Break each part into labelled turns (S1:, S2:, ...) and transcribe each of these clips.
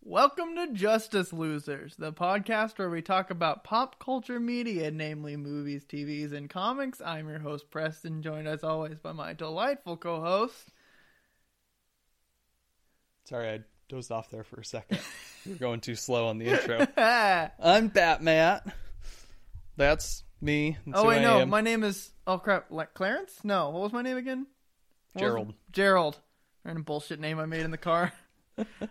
S1: Welcome to Justice Losers, the podcast where we talk about pop culture media, namely movies, TVs, and comics. I'm your host, Preston, joined as always by my delightful co host.
S2: Sorry, I dozed off there for a second. You're going too slow on the intro.
S1: oh,
S2: I'm Batman. That's me. That's who
S1: Oh, wait,
S2: I
S1: no.
S2: am.
S1: My name is, oh crap, like Clarence? No, what was my name again? What was-
S2: Gerald.
S1: Gerald. Random bullshit name I made in the car.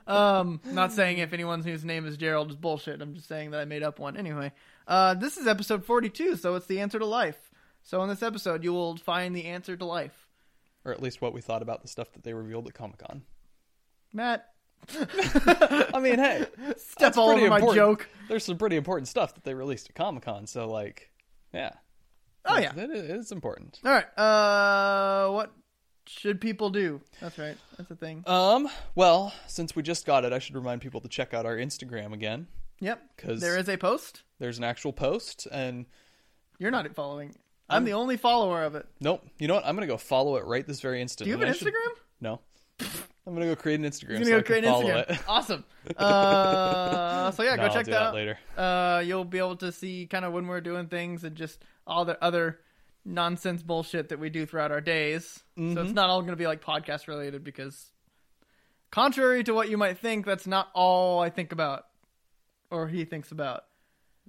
S1: um, not saying if anyone whose name is Gerald is bullshit. I'm just saying that I made up one. Anyway, uh, this is episode 42, so it's the answer to life. So in this episode, you will find the answer to life.
S2: Or at least what we thought about the stuff that they revealed at Comic Con.
S1: Matt,
S2: I mean, hey,
S1: step all over
S2: pretty
S1: my
S2: important.
S1: joke.
S2: there's some pretty important stuff that they released at Comic Con. So, like, yeah.
S1: Oh yeah.
S2: It is, it is important.
S1: All right. Uh, what should people do? That's right. That's a thing.
S2: Um, well, since we just got it, I should remind people to check out our Instagram again
S1: Yep.
S2: 'cause-
S1: There is a post.
S2: there's an actual post. And
S1: You're not following. I'm the only follower of it.
S2: nope, you know what? I'm going to go follow it right this very instant.
S1: Do you have
S2: And
S1: an
S2: I should-
S1: Instagram?
S2: No. I'm going to go create an
S1: You're
S2: Instagram. so
S1: gonna
S2: I
S1: go
S2: can
S1: create an
S2: follow
S1: Instagram.
S2: it.
S1: Awesome. Uh, so yeah,
S2: No,
S1: go
S2: I'll
S1: check
S2: do
S1: that
S2: that
S1: out.
S2: later.
S1: Uh, you'll be able to see kind of when we're doing things and just all the other nonsense bullshit that we do throughout our days. So
S2: Mm-hmm.
S1: it's not all going to be like podcast related because, contrary to what you might think, that's not all I think about or he thinks about.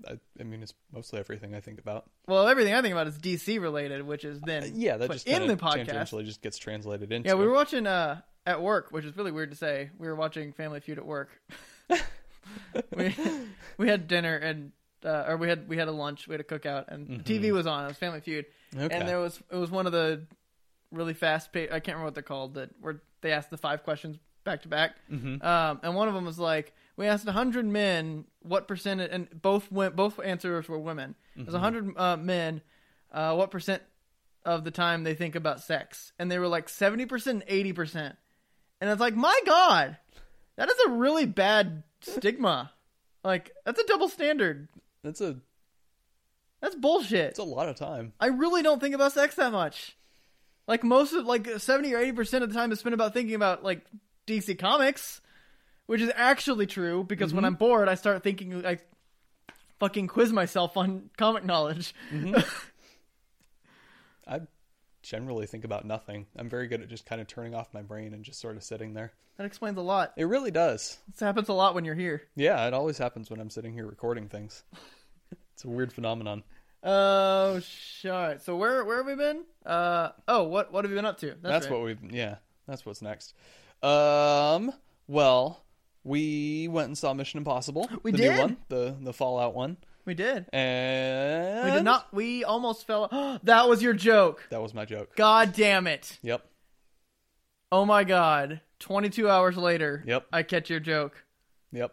S2: I, I mean, it's mostly everything I think about.
S1: Well, everything I think about is DC related, which is then
S2: Uh, Yeah, that
S1: put
S2: just
S1: in
S2: kinda
S1: the podcast.
S2: tangentially just gets translated into.
S1: Yeah, we were watching uh at work, which is really weird to say. We were watching Family Feud at work. we we had dinner and uh, or we had we had a lunch, we had a cookout, and TV was on. It was Family Feud,
S2: Okay.
S1: and there was it was one of the really fast. Pa- I can't remember what they're called. That where they asked the five questions back to back, Um, and one of them was like, we asked hundred men what percentage, and both went both answers were women. It was hundred uh, men, uh, what percent of the time they think about sex, and they were like seventy percent, eighty percent, and it's like, my god, that is a really bad stigma. Like that's a double standard.
S2: That's a
S1: That's bullshit.
S2: it's a lot of time.
S1: I really don't think about sex that much. Like most of like seventy or eighty percent of the time is spent about thinking about like DC Comics, which is actually true because
S2: Mm-hmm.
S1: when I'm bored, I start thinking I fucking quiz myself on comic knowledge.
S2: Mm-hmm. I generally think about nothing. I'm very good at just kind of turning off my brain and just sort of sitting there.
S1: That explains a lot.
S2: It really does.
S1: This happens a lot when you're here.
S2: Yeah, it always happens when I'm sitting here recording things. it's a weird phenomenon.
S1: Oh shit! All right. So where where have we been? Uh oh, what what have you been up to?
S2: That's,
S1: right.
S2: what we've yeah, that's what's next. Um, well, we went and saw Mission Impossible.
S1: We
S2: the
S1: did?
S2: new one, the the Fallout one.
S1: we did.
S2: And
S1: We did not. We almost fell. that was your joke.
S2: That was my joke.
S1: God damn it.
S2: Yep.
S1: Oh my god. 22 hours later,
S2: Yep.
S1: I catch your joke.
S2: Yep.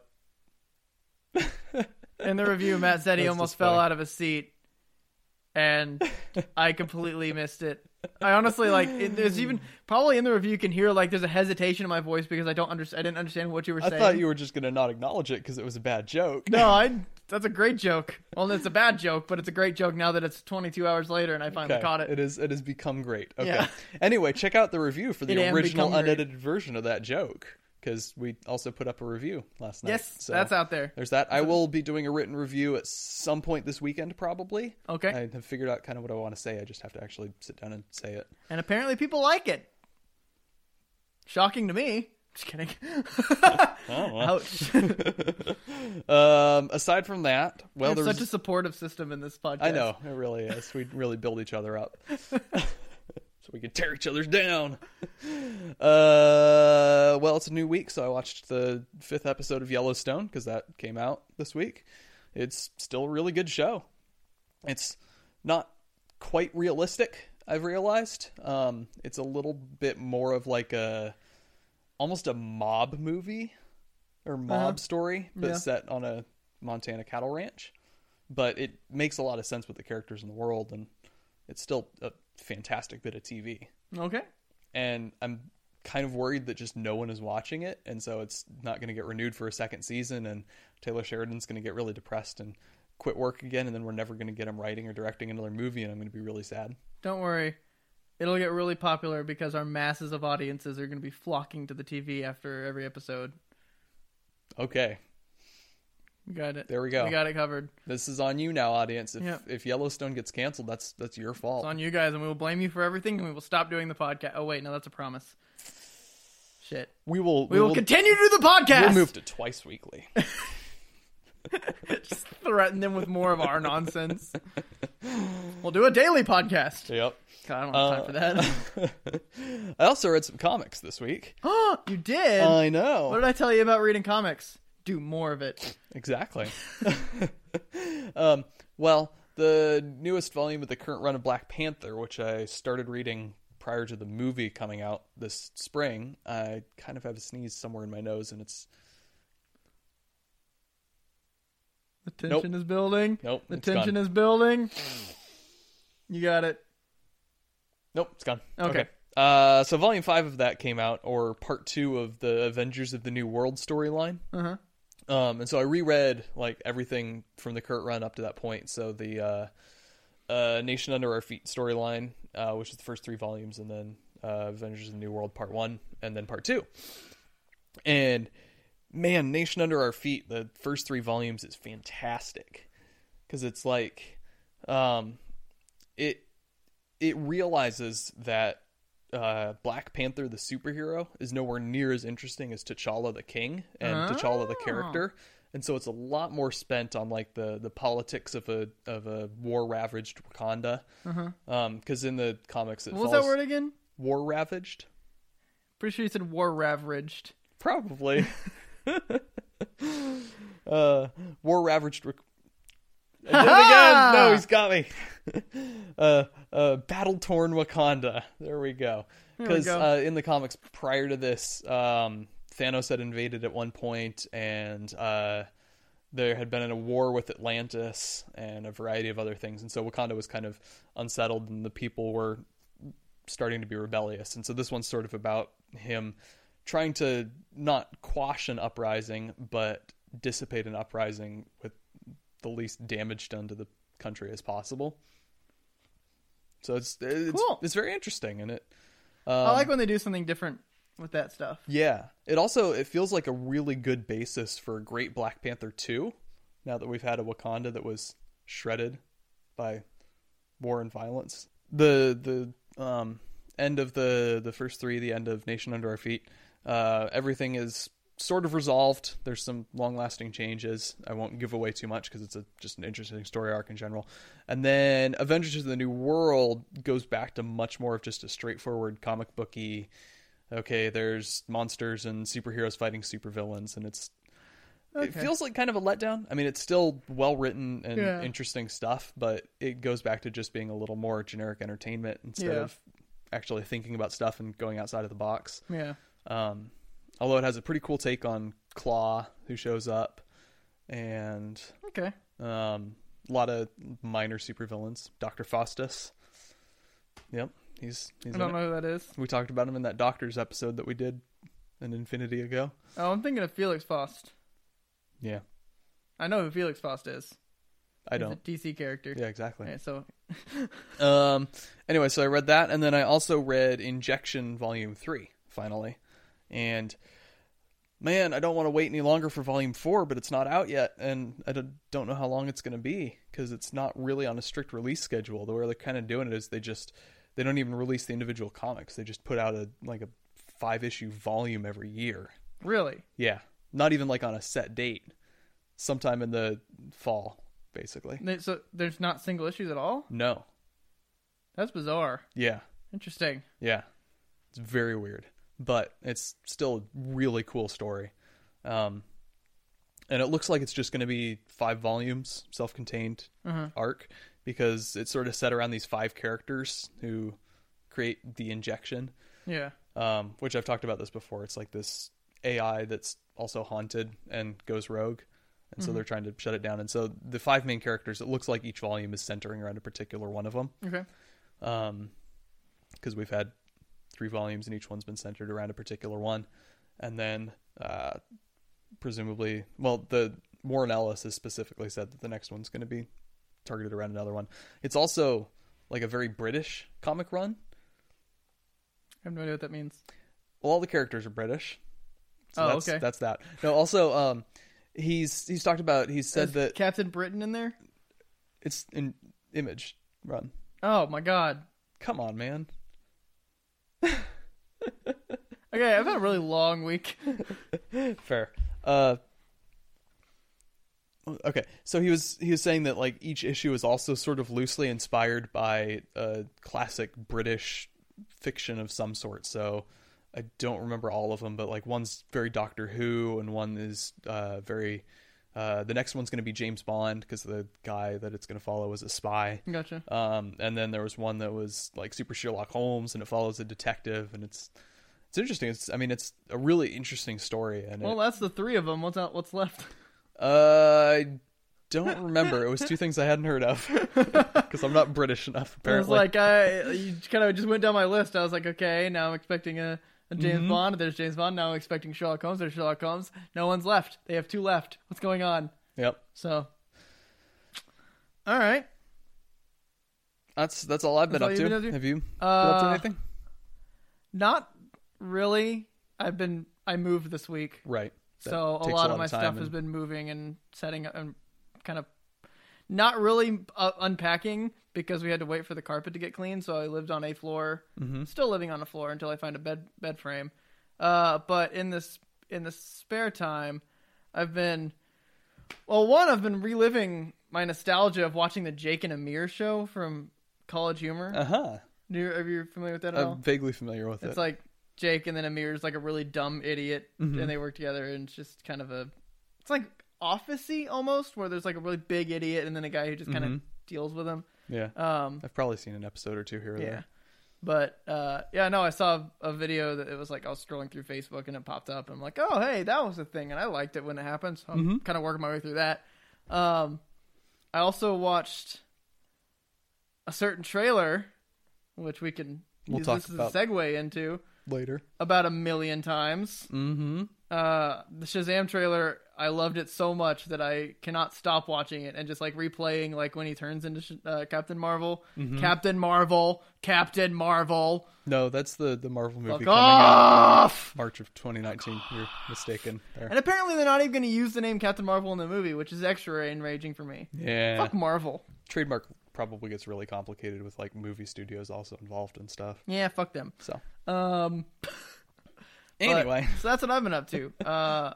S1: In the review, Matt said he
S2: That's
S1: almost
S2: just
S1: fell
S2: funny.
S1: out of his seat, and I completely missed it. I honestly like it, there's even probably in the review you can hear like there's a hesitation in my voice because I don't understand. I didn't understand what you were
S2: I
S1: saying.
S2: thought you were just going to not acknowledge it because it was a bad joke.
S1: No, I. That's a great joke. Well, it's a bad joke, but it's a great joke now that it's 22 hours later and I finally
S2: Okay.
S1: caught it.
S2: It is. It has become great. Okay.
S1: Yeah.
S2: Anyway, check out the review for
S1: It
S2: the
S1: am
S2: original
S1: become great.
S2: unedited version of that joke because we also put up a review last night.
S1: yes,
S2: so
S1: that's out there.
S2: There's that. I will be doing a written review at some point this weekend, probably.
S1: Okay.
S2: I have figured out kind of what I want to say. I just have to actually sit down and say it.
S1: And apparently people like it. Shocking to me. Just kidding.
S2: Oh,
S1: Oh, Ouch.
S2: Um, aside from that, well,
S1: It's
S2: there's
S1: such a supportive system in this podcast.
S2: I know it really is. We really build each other up, so we can tear each other's down. Uh, well, it's a new week, so I watched the fifth episode of Yellowstone because that came out this week. It's still a really good show. It's not quite realistic. I've realized um, it's a little bit more of like a almost a mob movie or mob story, but
S1: Uh-huh. Yeah.
S2: set on a Montana cattle ranch but it makes a lot of sense with the characters in the world and it's still a fantastic bit of TV.
S1: Okay.
S2: And I'm kind of worried that just no one is watching it and so it's not going to get renewed for a second season and Taylor Sheridan's going to get really depressed and quit work again and then we're never going to get him writing or directing another movie and I'm going to be really sad.
S1: Don't worry. It'll get really popular because our masses of audiences are going to be flocking to the TV after every episode.
S2: Okay,
S1: We got it.
S2: there we go.
S1: We got it covered.
S2: this is on you now, audience. If
S1: Yep.
S2: if Yellowstone gets canceled, that's that's your fault.
S1: It's on you guys, and we will blame you for everything, and we will stop doing the podcast. Oh wait, no, that's a promise. Shit.
S2: we will
S1: We, will, continue to do the podcast.
S2: We'll move to twice weekly.
S1: Just threaten them with more of our nonsense. We'll do a daily podcast.
S2: yep.
S1: God, I don't have time for that.
S2: Uh, I also read some comics this week.
S1: Oh, you did.
S2: I know.
S1: what did I tell you about reading comics? Do more of it.
S2: Exactly. um, well, the newest volume of the current run of Black Panther, which I started reading prior to the movie coming out this spring, I kind of have a sneeze somewhere in my nose, and it's
S1: The tension is building.
S2: Nope,
S1: The
S2: it's
S1: tension
S2: gone.
S1: is building. You got it.
S2: nope, it's gone.
S1: Okay.
S2: Uh, so volume five of that came out, or part two of the Avengers of the New World storyline.
S1: Uh huh.
S2: Um, and so I reread like everything from the current run up to that point. So the uh, uh, Nation Under Our Feet storyline, uh, which is the first three volumes, and then uh, Avengers of the New World Part One, and then Part Two. And man, Nation Under Our Feet, the first three volumes is fantastic because it's like um, it it realizes that uh, Black Panther, the superhero, is nowhere near as interesting as T'Challa the king and T'Challa the character,
S1: Oh.
S2: and so it's a lot more spent on like the the politics of a of a war ravaged Wakanda. Because in the comics, it
S1: Uh-huh. What was that
S2: follows
S1: word again?
S2: war ravaged.
S1: Pretty sure you said war ravaged.
S2: Probably. uh, war ravaged. Rec- I did it again. No, he's got me. uh, uh, battle torn Wakanda. There we go.
S1: we
S2: Because
S1: go.
S2: uh, in the comics prior to this, um, Thanos had invaded at one point, and uh, there had been a war with Atlantis and a variety of other things, and so Wakanda was kind of unsettled, and the people were starting to be rebellious. And so this one's sort of about him trying to not quash an uprising, but dissipate an uprising with the least damage done to the country as possible. So it's it's,
S1: Cool.
S2: it's very interesting, and it um,
S1: I like when they do something different with that stuff.
S2: yeah, it also it feels like a really good basis for a great Black Panther two. Now that we've had a Wakanda that was shredded by war and violence, the the um, end of the the first three, the end of Nation Under Our Feet, uh, everything is sort of resolved. There's some long lasting changes. I won't give away too much because it's a, just an interesting story arc in general. And then Avengers of the New World goes back to much more of just a straightforward comic booky okay, there's monsters and superheroes fighting supervillains, and it's it
S1: Okay.
S2: feels like kind of a letdown. I mean, it's still well written and
S1: Yeah.
S2: interesting stuff, but it goes back to just being a little more generic entertainment instead
S1: Yeah.
S2: of actually thinking about stuff and going outside of the box.
S1: Yeah.
S2: Um, although it has a pretty cool take on Claw, who shows up, and
S1: Okay.
S2: um, a lot of minor supervillains. Doctor Faustus. Yep, he's he's.
S1: I
S2: in it.
S1: don't know who that is.
S2: We talked about him in that doctor's episode that we did an infinity ago.
S1: Oh, I'm thinking of Felix Faust.
S2: Yeah.
S1: I know who Felix Faust is.
S2: I
S1: He's
S2: don't.
S1: a DC character.
S2: Yeah, exactly.
S1: Alright, so
S2: Um anyway, so I read that and then I also read Injection Volume 3 finally. And man, I don't want to wait any longer for Volume 4, but it's not out yet and I don't don't know how long it's going to be cuz it's not really on a strict release schedule. The way they're kind of doing it is they just they don't even release the individual comics. They just put out a like a 5-issue volume every year.
S1: really,
S2: Yeah. Not even like on a set date. Sometime in the fall, basically.
S1: They- so there's not single issues at all.
S2: No.
S1: That's bizarre.
S2: Yeah.
S1: Interesting.
S2: Yeah. It's very weird, but it's still a really cool story. Um, and it looks like it's just going to be five volumes, self contained arc, because it's sort of set around these five characters who create the injection.
S1: Yeah.
S2: um, which I've talked about this before. It's like this AI that's also haunted and goes rogue, and so they're trying to shut it down. And so the five main characters, it looks like each volume is centering around a particular one of them,
S1: Okay.
S2: because Um, we've had three volumes and each one's been centered around a particular one, and then uh, presumably, well, the Warren Ellis has specifically said that the next one's going to be targeted around another one. It's also like a very British comic run.
S1: I have no idea what that means.
S2: Well, all the characters are British. So
S1: Oh,
S2: that's
S1: okay.
S2: that's that. No, also um he's he's talked about he's said
S1: Is
S2: that
S1: Captain Britain in there?
S2: it's an image run.
S1: Oh my god.
S2: Come on, man.
S1: Okay, I've had a really long week.
S2: Fair. Uh Okay, so he was he was saying that like each issue is also sort of loosely inspired by a classic British fiction of some sort. So I don't remember all of them, but like one's very Doctor Who, and one is uh, very. Uh, the next one's going to be James Bond because the guy that it's going to follow is a spy.
S1: Gotcha.
S2: Um, and then there was one that was like Super Sherlock Holmes, and it follows a detective, and it's it's interesting. It's I mean, it's a really interesting story, and it-
S1: Well, that's the three of them. What's out? What's left?
S2: uh, I don't remember. it was two things I hadn't heard of because I'm not British enough.
S1: It was
S2: Apparently,
S1: like I, you kind of just went down my list. I was like, okay, now I'm expecting a, a James
S2: Mm-hmm.
S1: Bond. There's James Bond. Now I'm expecting Sherlock Holmes. There's Sherlock Holmes. No one's left. They have two left. What's going on?
S2: yep.
S1: So, all right.
S2: That's that's all I've been, up,
S1: That's all
S2: to.
S1: you've been up to?
S2: Have you been up to
S1: Uh,
S2: anything?
S1: Not really. I've been. I moved this week,
S2: Right. That
S1: so a
S2: takes
S1: lot of my
S2: time
S1: stuff
S2: and-
S1: has been moving and setting up and kind of not really uh, unpacking because we had to wait for the carpet to get clean. So I lived on a floor,
S2: Mm-hmm.
S1: still living on a floor until I find a bed bed frame. Uh, but in this in the spare time, I've been well. One, I've been reliving my nostalgia of watching the Jake and Amir show from College Humor.
S2: Uh-huh.
S1: Do you, are you familiar with that at all?
S2: I'm vaguely familiar with
S1: It's
S2: it.
S1: like Jake and then Amir's like a really dumb idiot,
S2: Mm-hmm.
S1: and they work together, and it's just kind of a, it's like officey almost, where there's like a really big idiot and then a guy who just kind
S2: Mm-hmm.
S1: of deals with him.
S2: yeah.
S1: Um,
S2: I've probably seen an episode or two here or
S1: yeah,
S2: there.
S1: but uh, yeah, no, I saw a video that it was like I was scrolling through Facebook and it popped up, and I'm like, oh hey, that was a thing, and I liked it when it happened, so I'm
S2: Mm-hmm.
S1: kind of working my way through that. Um, I also watched a certain trailer, which we can.
S2: We'll
S1: use
S2: talk
S1: this as
S2: about-
S1: a segue into
S2: Later.
S1: about a million times.
S2: Mm-hmm.
S1: Uh, the Shazam trailer, I loved it so much that I cannot stop watching it and just like replaying like when he turns into Sh- uh, Captain Marvel,
S2: Mm-hmm.
S1: Captain Marvel, Captain Marvel.
S2: No, that's the the Marvel movie
S1: Fuck
S2: coming out
S1: off!
S2: March of 2019. You're mistaken there.
S1: And apparently they're not even going to use the name Captain Marvel in the movie, which is extra enraging for me.
S2: Yeah.
S1: Fuck Marvel.
S2: Trademark probably gets really complicated with like movie studios also involved and stuff.
S1: Yeah, fuck them.
S2: So
S1: Um, but-
S2: anyway,
S1: so that's what I've been up to. Uh,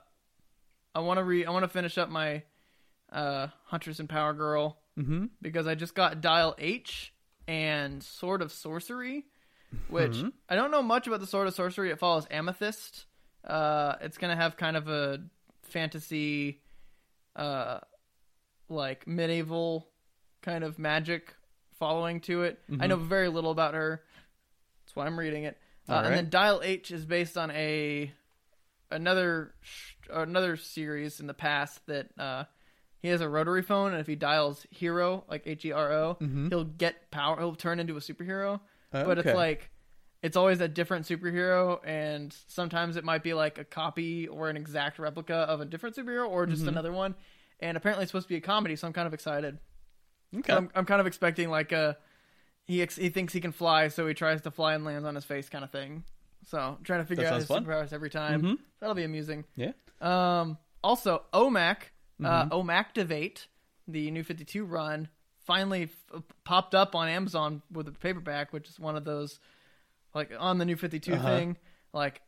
S1: I want to re I want to finish up my uh, Huntress and Power Girl
S2: Mhm.
S1: because I just got Dial H and Sword of Sorcery, which I don't know much about the Sword of Sorcery. It follows Amethyst. Uh, it's gonna have kind of a fantasy, uh, like medieval kind of magic following to it. I know very little about her. That's why I'm reading it. Uh,
S2: All right.
S1: And then Dial H is based on a another sh- or another series in the past that uh, he has a rotary phone, and if he dials hero like H E R O, he'll get power. He'll turn into a superhero.
S2: Oh,
S1: But
S2: okay.
S1: it's like it's always a different superhero, and sometimes it might be like a copy or an exact replica of a different superhero or just
S2: Mm-hmm.
S1: another one. And apparently, it's supposed to be a comedy, so I'm kind of excited.
S2: okay.
S1: I'm, I'm kind of expecting like a he ex- he thinks he can fly, so he tries to fly and lands on his face kind of thing. So I'm trying to figure
S2: That
S1: out
S2: sounds
S1: his
S2: fun. Mm-hmm.
S1: superpowers every time. That'll be amusing.
S2: yeah.
S1: Um, also, OMAC, uh, OMACtivate, the new 52 run, finally f- uh, popped up on Amazon with a paperback, which is one of those, like, on the new 52 thing. Like,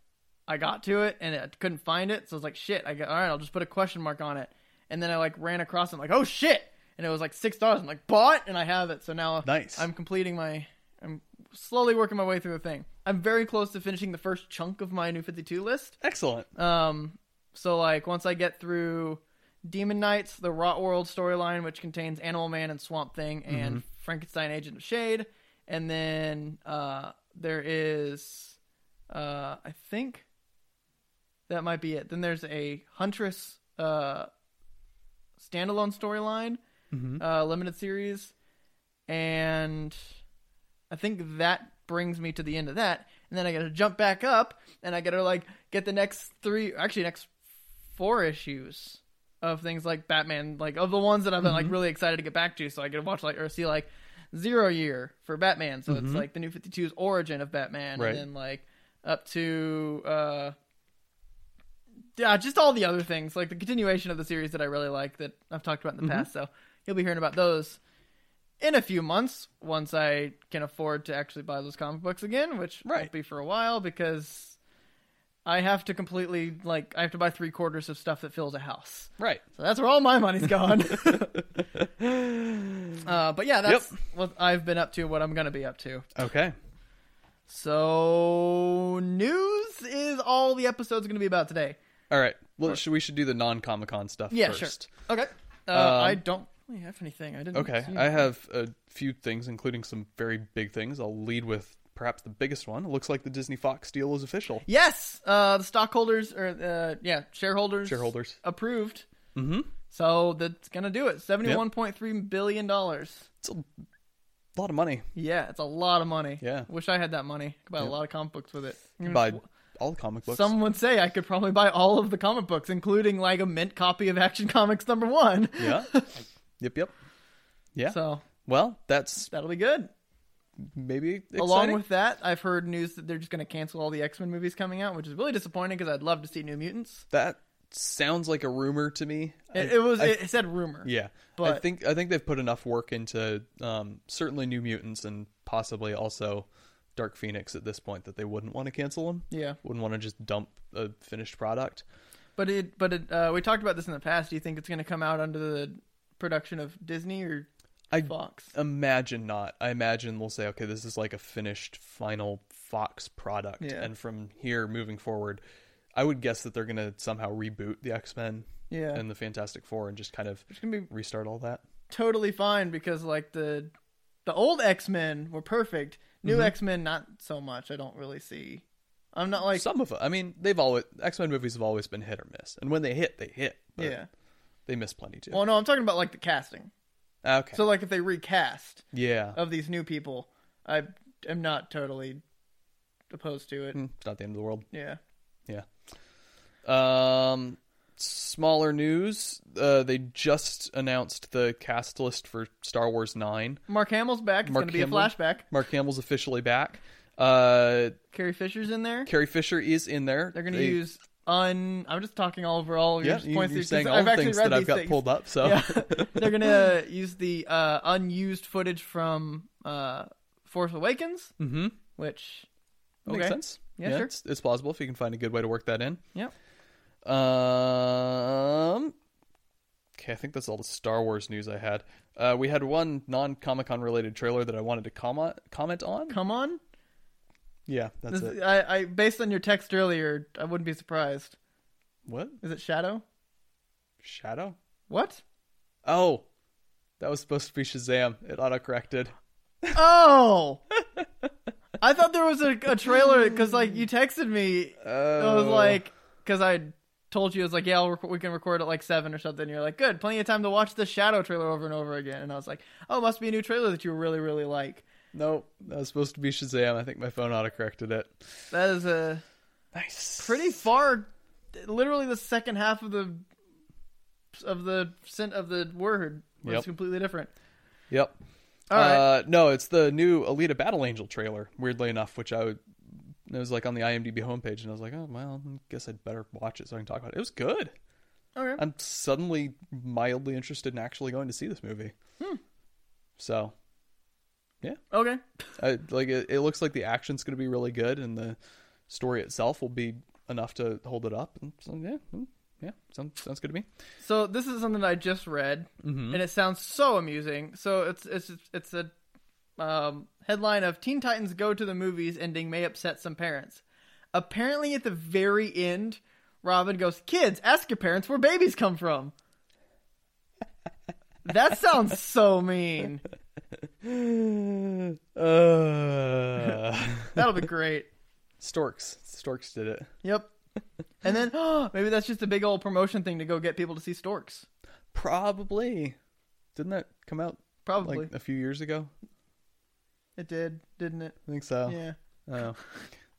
S1: I got to it and I couldn't find it. So I was like, shit, I got, all right, I'll just put a question mark on it. And then I, like, ran across it. I'm like, oh, shit. And it was like $6. I'm like, bought, and I have it. So now
S2: Nice.
S1: I'm completing my, I'm slowly working my way through the thing. I'm very close to finishing the first chunk of my new 52 list.
S2: Excellent.
S1: Um, so like once I get through Demon Knights, the Rot World storyline, which contains Animal Man and Swamp Thing and Frankenstein Agent of Shade, and then uh, there is, uh, I think that might be it. Then there's a Huntress uh, standalone storyline, uh, limited series, and I think that brings me to the end of that, and then I gotta jump back up, and I gotta like get the next three, actually next four issues of things like Batman, like of the ones that I've been like really excited to get back to, so I could watch like or see like Zero Year for Batman, so it's like the new 52's origin of Batman,
S2: Right.
S1: and then like up to uh yeah, just all the other things, like the continuation of the series that I really like that I've talked about in the past. So you'll be hearing about those in a few months once I can afford to actually buy those comic books again, which
S2: Right.
S1: won't be for a while because I have to completely like I have to buy three quarters of stuff that fills a house.
S2: Right.
S1: So that's where all my money's gone. uh, but yeah, that's what I've been up to, what I'm going to be up to.
S2: Okay.
S1: So news is all the episode's going to be about today.
S2: All right. Well, should, we should do the non Comic Con stuff
S1: Yeah,
S2: first.
S1: sure. Okay. Uh,
S2: Um,
S1: I don't really have anything. I didn't.
S2: Okay.
S1: see
S2: I have a few things, including some very big things. I'll lead with perhaps the biggest one. It looks like the Disney Fox deal is official.
S1: Yes, uh, the stockholders or uh, yeah, shareholders
S2: Shareholders.
S1: approved.
S2: Mm-hmm.
S1: So that's gonna do it. Seventy-one point three billion dollars.
S2: It's a lot of money.
S1: Yeah, it's a lot of money.
S2: Yeah.
S1: wish I had that money. Could buy a lot of comic books with it.
S2: By all the comic books.
S1: Some would say I could probably buy all of the comic books, including like a mint copy of Action Comics number one.
S2: Yeah. yep. Yep. Yeah.
S1: So
S2: well, that's
S1: that'll be good.
S2: maybe exciting.
S1: Along with that, I've heard news that they're just going to cancel all the X Men movies coming out, which is really disappointing because I'd love to see New Mutants.
S2: that sounds like a rumor to me.
S1: It,
S2: I-
S1: it was
S2: I-
S1: it said rumor.
S2: yeah. I
S1: but-
S2: think I think they've put enough work into um, certainly New Mutants and possibly also Dark Phoenix at this point that they wouldn't want to cancel them.
S1: Yeah.
S2: Wouldn't want to just dump a finished product.
S1: But it, but it, uh, we talked about this in the past. Do you think it's going to come out under the production of Disney or
S2: I
S1: Fox?
S2: imagine not. I imagine we'll say, okay, this is like a finished final Fox product,
S1: Yeah.
S2: and from here moving forward, I would guess that they're going to somehow reboot the X Men
S1: Yeah,
S2: and the Fantastic Four and just kind of
S1: it's going to be
S2: restart all that.
S1: totally fine because like the the old X Men were perfect. New
S2: Mm-hmm.
S1: X Men not so much. I don't really see. I'm not like
S2: Some of it, I mean, they've always X Men movies have always been hit or miss, and when they hit, they hit. but
S1: yeah.
S2: they miss plenty too. Ah,
S1: Well, no, I'm talking about like the casting.
S2: okay,
S1: So like if they recast
S2: yeah,
S1: of these new people, I am not totally opposed to it.
S2: Mm, it's not the end of the world.
S1: Yeah.
S2: Yeah. Um, smaller news. Uh, they just announced the cast list for Star Wars Nine.
S1: Mark Hamill's back. It's
S2: Mark
S1: going to be a
S2: Hamill.
S1: flashback.
S2: Mark Hamill's officially back. Uh,
S1: Carrie Fisher's in there.
S2: Carrie Fisher is in there.
S1: They're going to
S2: They-
S1: use un. I'm just talking all over all
S2: Yeah,
S1: your
S2: you,
S1: points.
S2: you're
S1: because
S2: saying all
S1: I've
S2: the
S1: actually
S2: things
S1: read
S2: that I've
S1: these
S2: got
S1: things.
S2: pulled up. So
S1: Yeah. They're going to use the uh, unused footage from uh, Force Awakens,
S2: hmm
S1: which
S2: makes
S1: Okay.
S2: sense.
S1: Yeah, sure.
S2: it's, it's plausible if you can find a good way to work that in.
S1: Yep.
S2: Um. Okay, I think that's all the Star Wars news I had. Uh, we had one non Comic Con related trailer that I wanted to comment comment on.
S1: Come on.
S2: yeah, that's
S1: This-
S2: it.
S1: I, I based on your text earlier, I wouldn't be surprised.
S2: What
S1: Is it Shadow?
S2: Shadow?
S1: What?
S2: Oh, that was supposed to be Shazam. It autocorrected.
S1: Oh. I thought there was a, a trailer because like you texted me. I was
S2: Oh.
S1: like, because I told you I was like, yeah, I'll rec- we can record at like seven or something. You're like, good, plenty of time to watch the Shadow trailer over and over again. And I was like, oh, it must be a new trailer that you really really like.
S2: no, that was supposed to be Shazam. I think my phone autocorrected it.
S1: That is a
S2: Nice.
S1: pretty far, literally the second half of the of the sent of the word was
S2: Yep.
S1: completely different.
S2: Yep.
S1: All right.
S2: Uh, no, it's the new Alita Battle Angel trailer. Weirdly enough, which I would, it was like on the IMDb homepage, and I was like, oh well, I guess I'd better watch it so I can talk about it. It was good.
S1: Okay.
S2: I'm suddenly mildly interested in actually going to see this movie.
S1: Hmm.
S2: So,
S1: Okay.
S2: I, like, it, it looks like the action's going to be really good, and the story itself will be enough to hold it up. And so, yeah, mm, yeah, sounds sounds good to me.
S1: So this is something that I just read, and it sounds so amusing. So it's it's it's a um, headline of Teen Titans go to the movies ending may upset some parents. Apparently, at the very end, Robin goes, "Kids, ask your parents where babies come from." that sounds so mean.
S2: Uh,
S1: That'll be great.
S2: Storks, Storks did it.
S1: Yep. And then maybe that's just a big old promotion thing to go get people to see storks.
S2: Probably. Didn't that come out
S1: Probably
S2: like a few years ago?
S1: it did, didn't it?
S2: I think so.
S1: Yeah.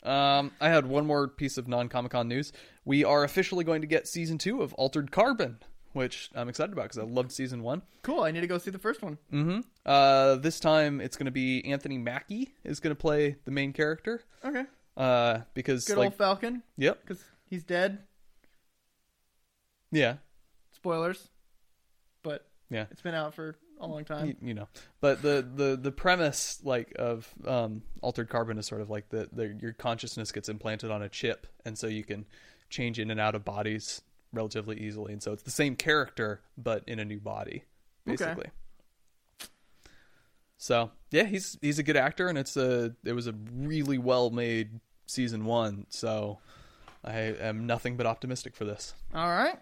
S2: Oh. Um, I had one more piece of non Comic Con news. We are officially going to get season two of Altered Carbon, which I'm excited about because I loved season one.
S1: Cool. I need to go see the first one.
S2: Mm-hmm. Uh, this time it's going to be Anthony Mackie is going to play the main character.
S1: Okay.
S2: Uh, because
S1: Good
S2: like,
S1: old Falcon.
S2: yep,
S1: because he's dead.
S2: Yeah.
S1: Spoilers, but
S2: Yeah.
S1: it's been out for a long time.
S2: you, you know but the, the the premise like of um altered carbon is sort of like the, the your consciousness gets implanted on a chip and so you can change in and out of bodies relatively easily and so it's the same character but in a new body
S1: Okay.
S2: basically so yeah he's he's a good actor and it's a it was a really well made season one so i am nothing but optimistic for this
S1: All right.